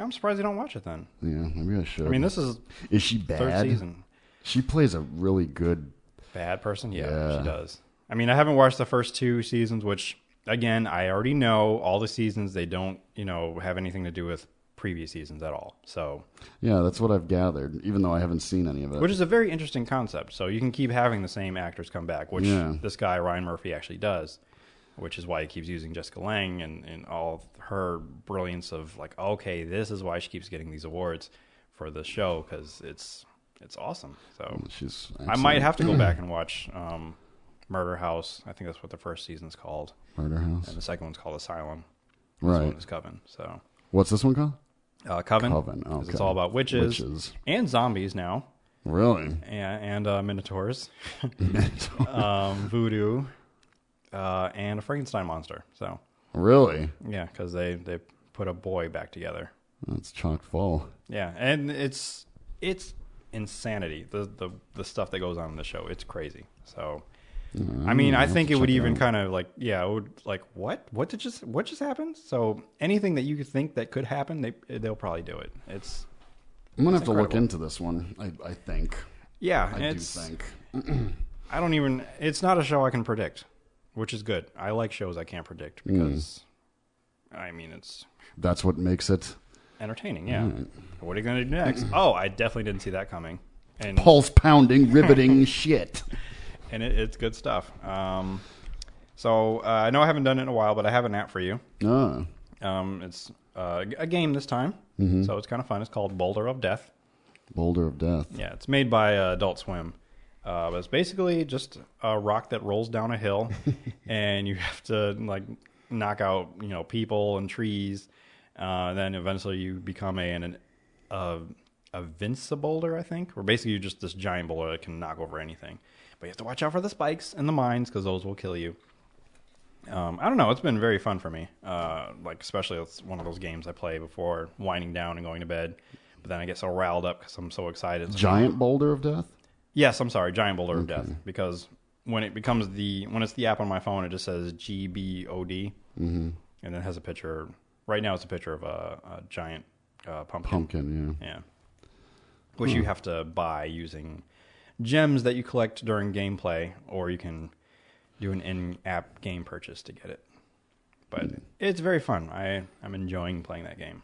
I'm surprised you don't watch it then.
Yeah, maybe I should.
I mean, this is
is she bad?
third season.
She plays a really good.
Bad person? Yeah,
Yeah.
she does. I mean, I haven't watched the first two seasons, which again, I already know all the seasons they don't, you know, have anything to do with previous seasons at all. So,
Yeah, that's what I've gathered. Even though I haven't seen any of it.
which is a very interesting concept. So, you can keep having the same actors come back, which
Yeah.
this guy Ryan Murphy actually does, which is why he keeps using Jessica Lange and and all of her brilliance of like, okay, this is why she keeps getting these awards for the show cuz it's it's awesome. So,
she's.
I might have to go back and watch um, Murder House. I think that's what the first season's called,
Murder House.
and the second one's called Asylum. This
Right.
one is Coven. So
What's this one called?
uh, Coven.
Coven,
'cause
okay.
It's all about witches,
Witches.
and zombies now,
Really?
and, and uh,
[laughs]
minotaurs, [laughs] um, voodoo, uh, and a Frankenstein monster. So
Really?
yeah, because they they put a boy back together.
That's chock full.
Yeah, and it's it's insanity the the the stuff that goes on in the show. It's crazy. So,
Mm-hmm.
I mean, I think it would even kind of like yeah, it would like what what did just what just happened? So anything that you could think that could happen, they they'll probably do it. It's
I'm gonna have
It's
to look
incredible.
into this one. I I think.
yeah,
I
it's
do think.
I don't even. It's not a show I can predict, which is good. I like shows I can't predict
Mm.
because, I mean, it's
That's what makes it.
entertaining. Yeah,
Mm.
what are you gonna
[clears throat]
do next? oh, I definitely didn't see that coming. And
Pulse pounding,
[laughs]
riveting shit.
and it, it's good stuff. Um, so uh, I know I haven't done it in a while, but I have an app for you.
Ah,
Um, it's uh, a game this time, so it's kind of fun. It's called Boulder of Death.
boulder of death.
Yeah, it's made by uh, Adult Swim. Uh, but it's basically just a rock that rolls down a hill, and you have to like knock out you know people and trees. Uh, then eventually you become a an, an a, a Vinsa boulder, I think, or basically you're just this giant boulder that can knock over anything. But you have to watch out for the spikes and the mines because those will kill you. Um, I don't know. It's been very fun for me. Uh, like especially it's one of those games I play before winding down and going to bed. But then I get so riled up because I'm so excited.
Giant boulder of death.
Yes, I'm sorry, Giant Boulder of Death, because when it becomes the when it's the app on my phone, it just says G B O D,
Mm-hmm.
and then it has a picture. Right now, it's a picture of a, a giant uh, pumpkin.
Pumpkin. Yeah. Hmm.
Yeah, which you have to buy using gems that you collect during gameplay, or you can do an in-app game purchase to get it. But
Hmm.
it's very fun. I I'm enjoying playing that game.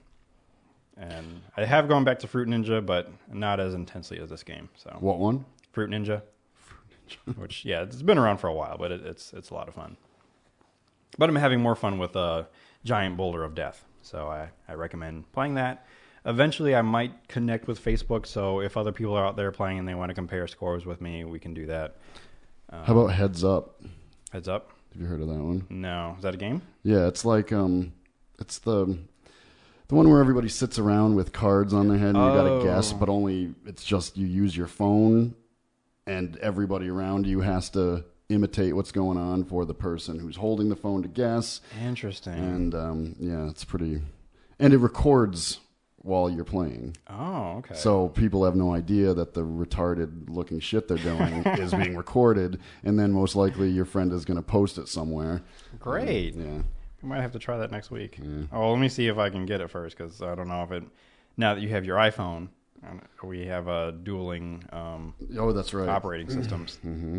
And I have gone back to Fruit Ninja, but not as intensely as this game. So
What one?
Fruit Ninja, [laughs] which yeah, it's been around for a while, but it, it's it's a lot of fun. But I'm having more fun with uh, Giant Boulder of Death, so I, I recommend playing that. Eventually, I might connect with Facebook, so if other people are out there playing and they want to compare scores with me, we can do that.
How about heads up?
Heads up.
Have you heard of that one?
No, is that a game?
Yeah, it's like um, it's the the one where everybody sits around with cards on their head and you got to guess, but only it's just you use your phone, and everybody around you has to imitate what's going on for the person who's holding the phone to guess,
Interesting.
and um, yeah, it's pretty, and it records while you're playing.
Oh, okay.
So people have no idea that the retarded looking shit they're doing is being recorded, and then most likely your friend is going to post it somewhere.
great.
Yeah.
We might have to try that next week. Oh, let me see if I can get it first because I don't know if it. Now that you have your iPhone, and we have a dueling um,
Oh, that's right.
operating systems. mm-hmm.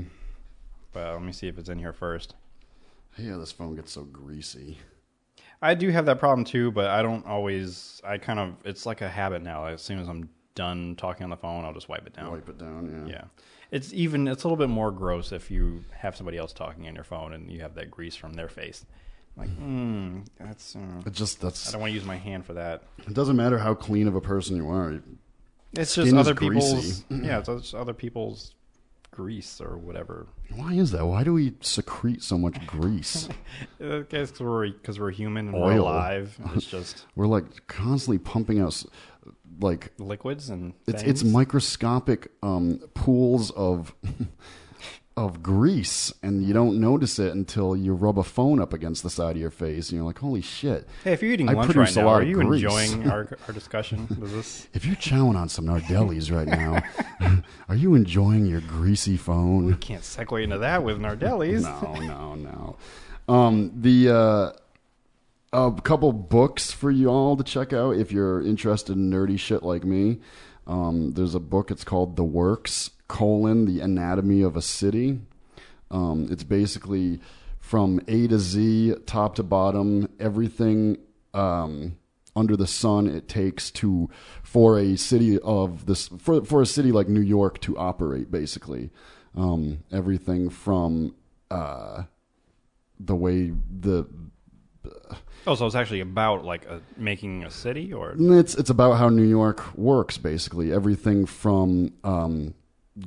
But let me see if it's in here first.
Yeah, this phone gets so greasy.
I do have that problem too, but I don't always. I kind of. It's like a habit now. As soon as I'm done talking on the phone, I'll just wipe it down.
Wipe it down. Yeah.
Yeah, it's even. It's a little bit more gross if you have somebody else talking on your phone and you have that grease from their face. Like, mm, that's. Uh,
It just
I
that's.
don't want to use my hand for that.
It doesn't matter how clean of a person you are.
It's
Skin is
just other
greasy.
people's. [clears throat] yeah, it's just other people's grease or whatever.
Why is that? Why do we secrete so much grease?
Because Uh, we're because we're human and we're
Oil.
alive. and It's just
We're like constantly pumping out, s- like
liquids and
it's
things.
it's microscopic um, pools of [laughs] of grease, and you don't notice it until you rub a phone up against the side of your face, and you're like, "Holy shit!"
Hey, if you're eating
I
lunch right
produce a
now,
lot
are
of
you
grease.
enjoying our,
[laughs]
our discussion? Does this?
If you're chowing on some Nardellis right now, [laughs] are you enjoying your greasy phone?
We can't segue into that with Nardellis.
No, no, no. Um, the uh, a couple books for you all to check out if you're interested in nerdy shit like me. Um, there's a book. It's called The Works: colon The Anatomy of a City. Um, it's basically from A to Z, top to bottom, everything um, under the sun it takes to for a city of this for for a city like New York to operate. Basically, um, everything from uh, the way the
Oh, so it's actually about like a, making a city, or
it's it's about how New York works. Basically, everything from um,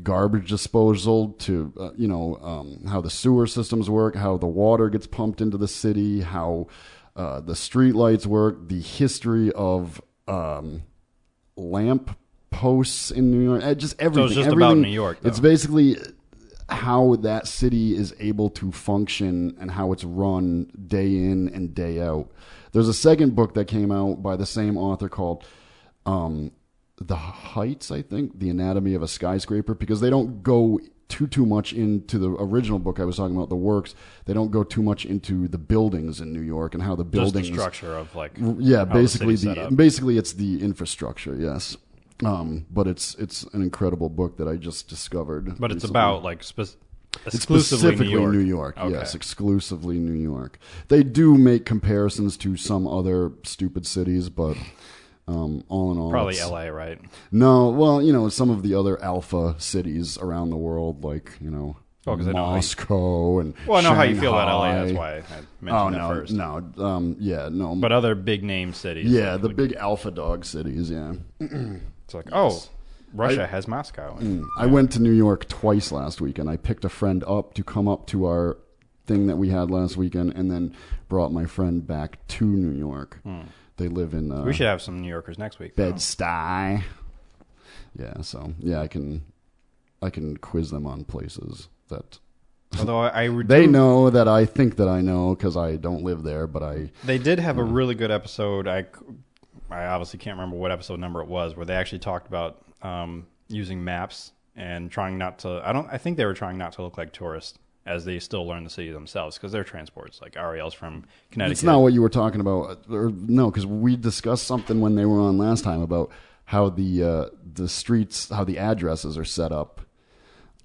garbage disposal to uh, you know um, how the sewer systems work, how the water gets pumped into the city, how uh, the streetlights work, the history of um, lamp posts in New York, eh, just everything.
just about
everything,
New York, though.
It's basically how that city is able to function and how it's run day in and day out. There's a second book that came out by the same author called um, The Heights, I think, The Anatomy of a Skyscraper, because they don't go too too much into the original book I was talking about, the works. They don't go too much into the buildings in New York and how the
just the
buildings Mm,
structure of like
yeah
how the
basically
city's
the,
set up?
basically it's the infrastructure yes um, but it's it's an incredible book that i just discovered
but it's
recently.
about like spec-
It's
exclusively
specifically
New York. Okay.
yes exclusively new york they do make comparisons to some other stupid cities but um, all in all
Probably
it's-
L.A. Right?
no well you know some of the other alpha cities around the world like you know
Oh, 'cause I know how you-
moscow and
Well, I know how you feel about L.A.
Shanghai.
That's why I mentioned
oh
that
no
first.
no um, yeah no
But other big name cities.
yeah,
like,
the
would-
big alpha dog cities. Yeah,
It's like oh, Russia has Moscow.
I went to New York twice last weekend. I picked a friend up to come up to our thing that we had last weekend, and then brought my friend back to New York. They live in uh,
Hmm. We should have some New Yorkers next week.
Bed Stuy. Yeah, so yeah, I can, I can quiz them on places that
Although I, I would
they
do-
know that I think that I know because I don't live there, but I
They did have a
Hmm.
really good episode. I, I obviously can't remember what episode number it was, where they actually talked about um, using maps and trying not to. I don't. I think they were trying not to look like tourists as they still learn the city themselves because their transports like Ariel's from Connecticut.
It's not what you were talking about, uh, or no? Because we discussed something when they were on last time about how the uh, the streets, how the addresses are set up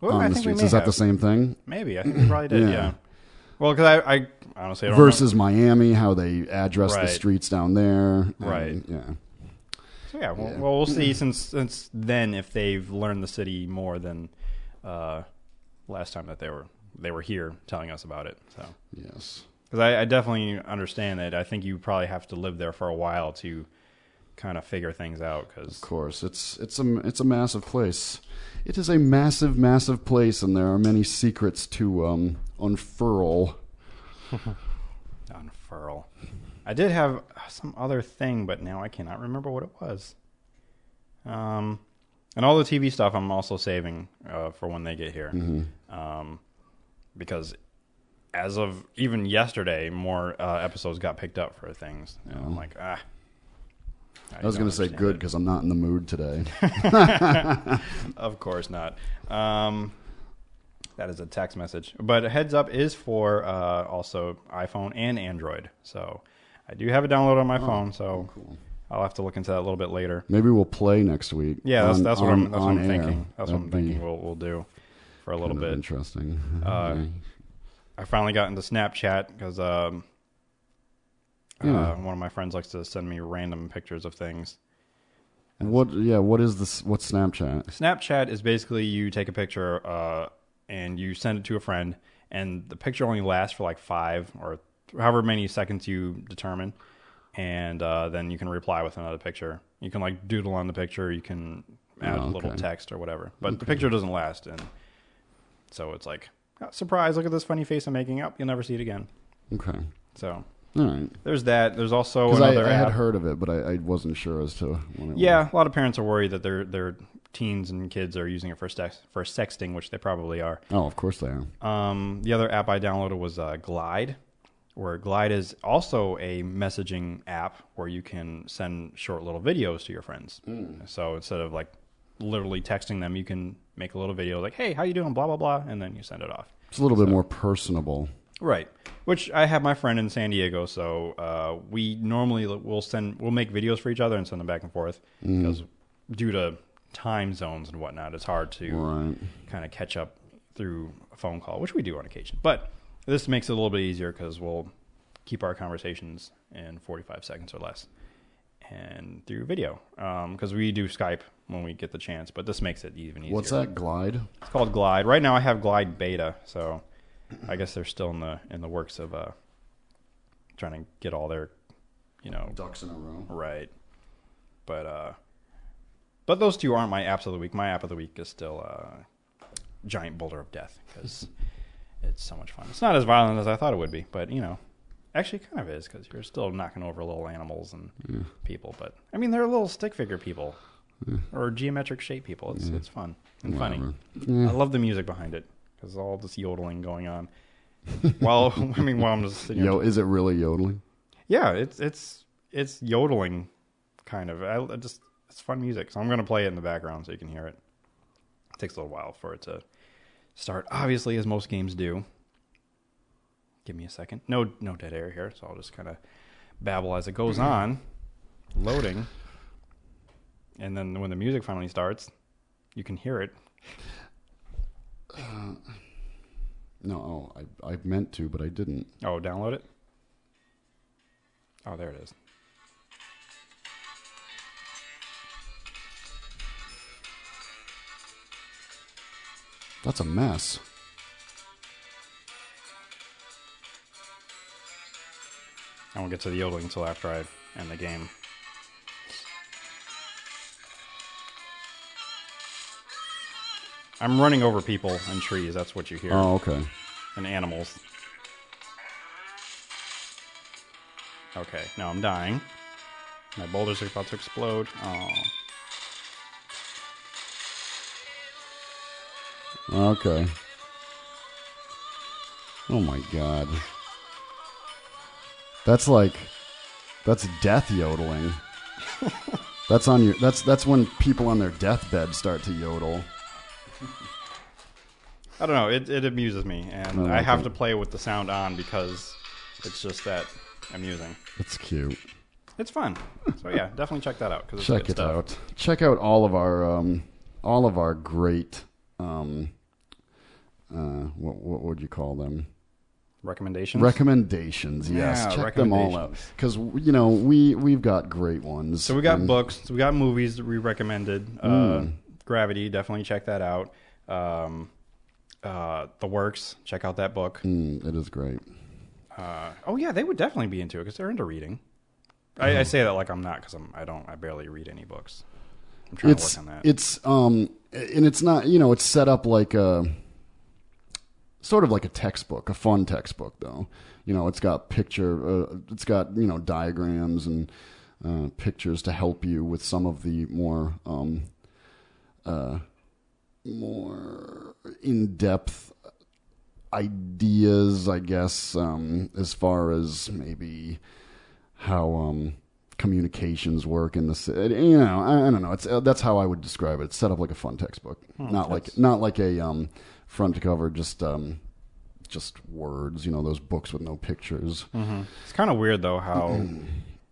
Well, I
on the
think we
streets.
may
Is that the
have.
same thing?
Maybe I think we probably did.
Yeah.
yeah. Well, because I, I honestly I don't
Versus Miami, how they address the
Right.
streets down there. and,
Right.
yeah.
So yeah, well, well, we'll see since since then if they've learned the city more than uh, last time that they were they were here telling us about it. So
Yes.
because I, I definitely understand that. I think you probably have to live there for a while to kind of figure things out. Because
Of course, it's it's a it's a massive place. It is a massive, massive place, and there are many secrets to um, unfurl.
unfurl, I did have uh, some other thing, but now I cannot remember what it was. Um, and all the TV stuff I'm also saving uh, for when they get here,
Mm-hmm.
um, because as of even yesterday, more uh, episodes got picked up for things, and I'm like, ah.
Oh. I was
don't
going to say
understand
good
it.
because I'm not in the mood today. [laughs]
Of course not. Um, that is a text message. But heads up is for uh, also iPhone and Android. So I do have it downloaded on my
Oh,
phone. So I'll have to look into that a little bit later.
Maybe we'll play next week.
Yeah, that's
on-
that's what
on-
I'm that's what
on
I'm
air.
thinking. That's what I'm
That'd be-
thinking. We'll we'll do for a little
Kind of
bit.
Interesting.
Uh, I finally got into Snapchat because um,
Yeah.
uh, one of my friends likes to send me random pictures of things.
what? Yeah. What is this? What's Snapchat?
Snapchat is basically you take a picture uh, and you send it to a friend, and the picture only lasts for like five or however many seconds you determine, and uh, then you can reply with another picture. You can like doodle on the picture. You can add
Oh,
a little
okay.
text or whatever, but the picture doesn't last, and so it's like "Oh, surprise! Look at this funny face I'm making. Up, you'll never see it again.
Okay.
So
All right.
there's that. There's also
Because I,
another
I
app.
had heard of it, but I, I wasn't sure as to when it was.
Yeah, a lot of parents are worried that their their teens and kids are using it for sex for sexting, which they probably are.
Oh, of course they are.
Um, the other app I downloaded was uh, Glide, where Glide is also a messaging app where you can send short little videos to your friends. So instead of like literally texting them, you can make a little video like, "Hey, how you doing?" Blah blah blah, and then you send it off.
It's a little bit more personable.
Right. Which I have my friend in San Diego, so uh, we normally l- will send we'll make videos for each other and send them back and forth because due to time zones and whatnot, it's hard to
Right.
kind of catch up through a phone call, which we do on occasion. But this makes it a little bit easier because we'll keep our conversations in 45 seconds or less and through video because we do Skype when we get the chance, but this makes it even easier.
What's that? Glide.
It's called Glide. Right now, I have Glide Beta, so I guess they're still in the in the works of uh, trying to get all their, you know,
Ducks in a row.
right. But uh, but those two aren't my apps of the week. My app of the week is still uh, Giant Boulder of Death because it's so much fun. It's not as violent as I thought it would be, but you know, actually, it kind of is because you're still knocking over little animals and people. But I mean, they're little stick figure people. Or geometric shape people. It's, it's fun and funny. I love the music behind it because all this yodeling going on. while [laughs] I mean, while I'm just sitting here
Yo, is it really yodeling?
yeah, it's it's it's yodeling, kind of. I, I just it's fun music, so I'm gonna play it in the background so you can hear it. It takes a little while for it to start, obviously, as most games do. Give me a second. No, no dead air here, so I'll just kind of babble as it goes on, loading, and then when the music finally starts, you can hear it.
No, oh, I I meant to, but I didn't.
Oh, download it. Oh, there it is.
That's a mess.
I won't get to the yodeling until after I end the game. I'm running over people and trees. That's what you hear.
Oh, okay.
And animals. Okay, now I'm dying. My boulders are about to explode. Oh,
Okay. Oh my god. That's like that's death yodeling. [laughs] that's on your that's that's when people on their deathbed start to yodel.
I don't know. It, it amuses me, and
I
I
like
have
it.
to play with the sound on because it's just that amusing.
That's cute.
It's fun. So yeah, definitely check that out because it's
Hmm. Check
good
it
stuff.
out. Check out all of our um all of our great um uh what what would you call them?
Recommendations.
Recommendations. Yes,
Yeah,
check them all out cuz you know, we we've got great ones.
So we got books. So we got movies that we recommended. Uh,
Mm.
Gravity, definitely check that out. Um, uh, the Works, check out that book.
Mm, it is great.
Oh yeah, they would definitely be into it because they're into reading. I,
Mm.
I say that like I'm not because I'm I don't I barely read any books. I'm trying
it's
to work on that.
it's um and it's not you know it's set up like a sort of like a textbook a fun textbook though you know it's got picture uh, it's got you know diagrams and uh, pictures to help you with some of the more um uh more in-depth ideas i guess um as far as maybe how um, communications work in the city. You know, I, I don't know. It's uh, that's how I would describe it. It's set up like a fun textbook,
Hmm,
not like not like a um, front cover, just um, just words. You know, those books with no pictures.
It's kind of weird though how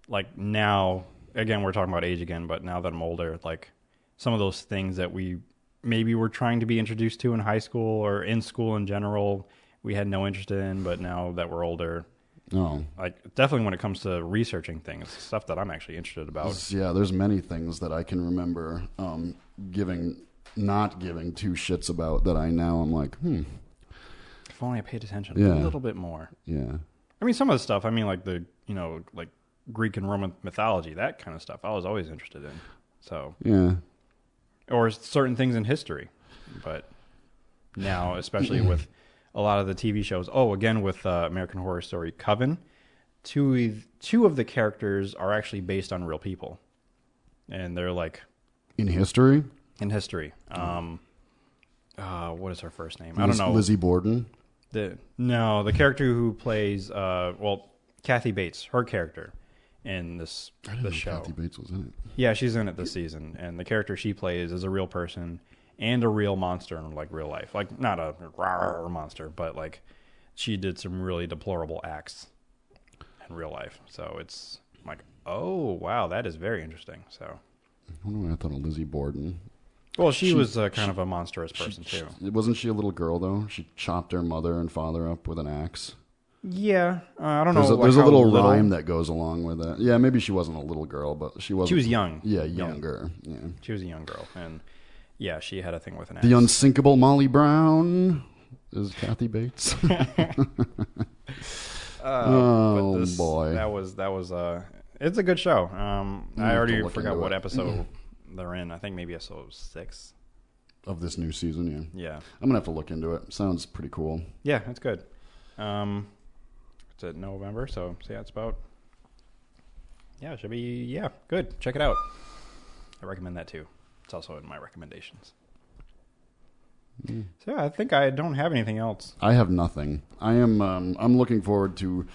like now again we're talking about age again, but now that I'm older, like some of those things that we maybe were trying to be introduced to in high school or in school in general, we had no interest in, but now that we're older,
No,
like definitely when it comes to researching things, stuff that I'm actually interested about.
yeah. There's many things that I can remember um, giving, not giving two shits about that I now I'm like, hmm,
If only I paid attention
Yeah.
a little bit more.
yeah,
I mean, some of the stuff. I mean, like the you know like Greek and Roman mythology, that kind of stuff. I was always interested in. So
yeah.
or certain things in history. But
[laughs]
now, especially with a lot of the TV shows, oh, again with uh, American Horror Story Coven, two e- two of the characters are actually based on real people, and they're like
In history,
in history. Um, uh, what is her first name? I don't
Liz-
know.
Hmm. Lizzie Borden.
The, no, the character who plays uh, well, Kathy Bates, her character in this the show.
Kathy Bates was in it.
Yeah, she's in it this season, and the character she plays is a real person and a real monster in like real life. Like not a rawr monster, but like she did some really deplorable acts in real life. So it's I'm like, oh wow, that is very interesting. So
I don't know why I thought of Lizzie Borden.
well, she, was uh, kind of a monstrous person too.
Wasn't she a little girl though? She chopped her mother and father up with an axe.
Yeah, uh, I don't
There's,
know.
a,
like,
there's a
how
little, rhyme that goes along with that. Yeah, maybe she wasn't a little girl, but she was.
She was young.
Yeah,
Young.
younger. Yeah.
She was a young girl, and yeah, she had a thing with an axe.
The unsinkable Molly Brown is Kathy
[laughs]
Bates. oh
But this-
boy!
that was that was uh it's a good show. Um, I
have
already
to look
forgot
into
what
it. Mm-hmm.
episode they're in. I think maybe episode six.
of this new season, yeah.
Yeah,
I'm gonna have to look into it. Sounds pretty cool.
yeah, it's good. Um, it's at November, so so yeah, it's about. Yeah, it should be yeah, good. Check it out. I recommend that too. It's also in my recommendations.
Mm.
So yeah, I think I don't have anything else.
I have nothing. I am. Um, I'm looking forward to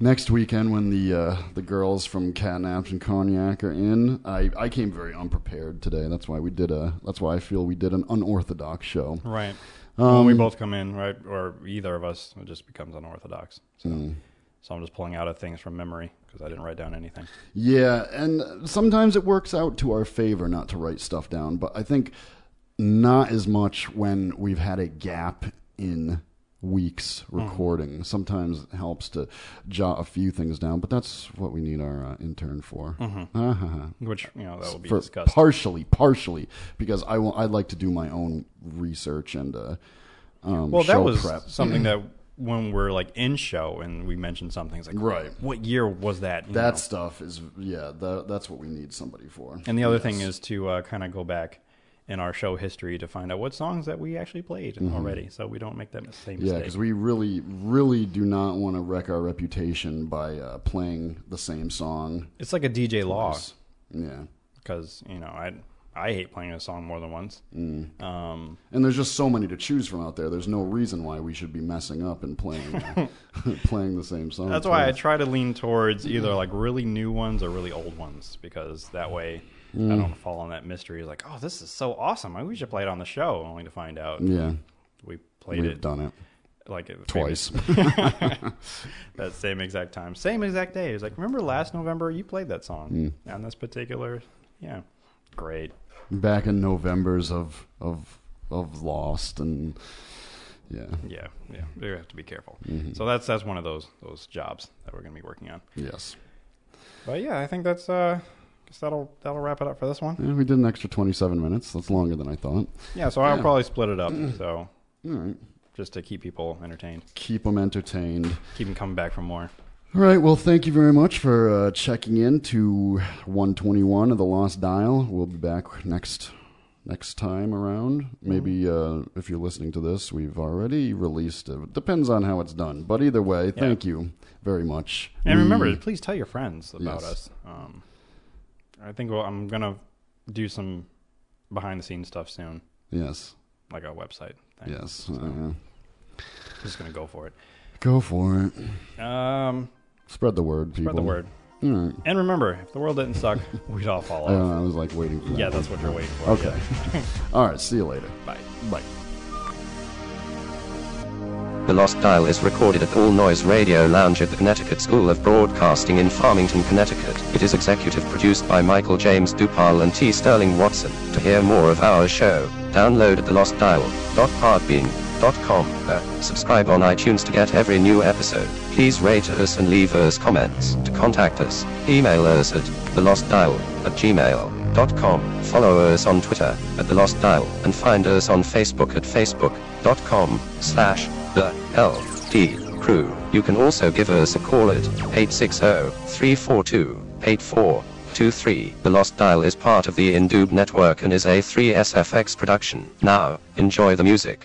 next weekend when the uh, the girls from Catnaps and Cognac are in. I, I came very unprepared today. That's why we did a. That's why I feel we did an unorthodox show.
Right. when we
Um,
both come in, right, or either of us, it just becomes unorthodox. So,
Mm.
so I'm just pulling out of things from memory because I didn't write down anything.
Yeah, and sometimes it works out to our favor not to write stuff down, but I think not as much when we've had a gap in weeks recording. Sometimes it helps to jot a few things down, but that's what we need our uh, intern for. Uh-huh.
Which you know that will be
For
discussed.
partially, partially, because I will. I'd like to do my own research and uh, um,
well, that
show
was
prep.
something that when we're like in show and we mentioned something, it's like
Right.
What year was that? You
That
know?
stuff is yeah. That, that's what we need somebody for.
And the other thing is to uh, kind of go back in our show history to find out what songs that we actually played already, so we don't make that mis- same
Mm-hmm. Yeah,
mistake.
because we really, really do not want to wreck our reputation by uh, playing the same song.
it's like a DJ law.
Yeah.
because you know I I hate playing a song more than once. Um,
And there's just so many to choose from out there. There's no reason why we should be messing up and playing
[laughs]
uh, [laughs] playing the same song.
that's why I try to lean towards either like really new ones or really old ones because that way
Mm.
I don't fall in that mystery. Like, oh, this is so awesome! I we should play it on the show, only to find out
Yeah,
we played
Mm. we've
it
done it
like at the
twice. [laughs]
same- that same exact time, same exact day. It's like remember last November you played that song
Mm.
on this particular, yeah, great.
Back in November's of of of Lost and yeah,
Yeah, yeah, we have to be careful.
Mm-hmm.
So that's that's one of those those jobs that we're going to be working on.
yes.
But yeah, I think that's uh guess that'll that'll wrap it up for this one.
Yeah, we did an extra 27 minutes. That's longer than I thought.
Yeah, so I'll probably split it up. So
Mm-hmm. All right,
just to keep people entertained,
keep them entertained.
keep them coming back for more.
All right. Well, thank you very much for uh, checking in to 121 of the Lost Dial. We'll be back next next time around. Maybe
Mm-hmm.
uh, if you're listening to this, we've already released it. Depends on how it's done. But either way, thank you very much.
And
We-
remember, please tell your friends about
Mm-hmm. Yes.
us. Um, I think well, I'm gonna do some behind the scenes stuff soon,
Mm. yes,
like a website. Thing.
yes. Uh,
just gonna go for it.
go for it.
Um,
Spread the word, people.
spread the word.
All right.
And remember, if the world didn't suck, [laughs] we'd all fall
I, don't
off.
know, I was like waiting for that.
Yeah, that's what you're waiting for.
Okay. All right. See you later.
Yeah. Bye.
Bye.
The Lost Dial is recorded at All Noise Radio Lounge at the Connecticut School of Broadcasting in Farmington, Connecticut. It is executive produced by Michael James Dupal and T. Sterling Watson. To hear more of our show, download at thelostdial.podbean.com. Uh, subscribe on iTunes to get every new episode. Please rate us and leave us comments. To contact us, email us at thelostdial at gmail.com. Follow us on Twitter at The Lost Dial and find us on Facebook at facebook.com slash the LD crew. You can also give us a call at 860-342-8423. The Lost Dial is part of the Indube network and is a 3SFX production. Now, enjoy the music.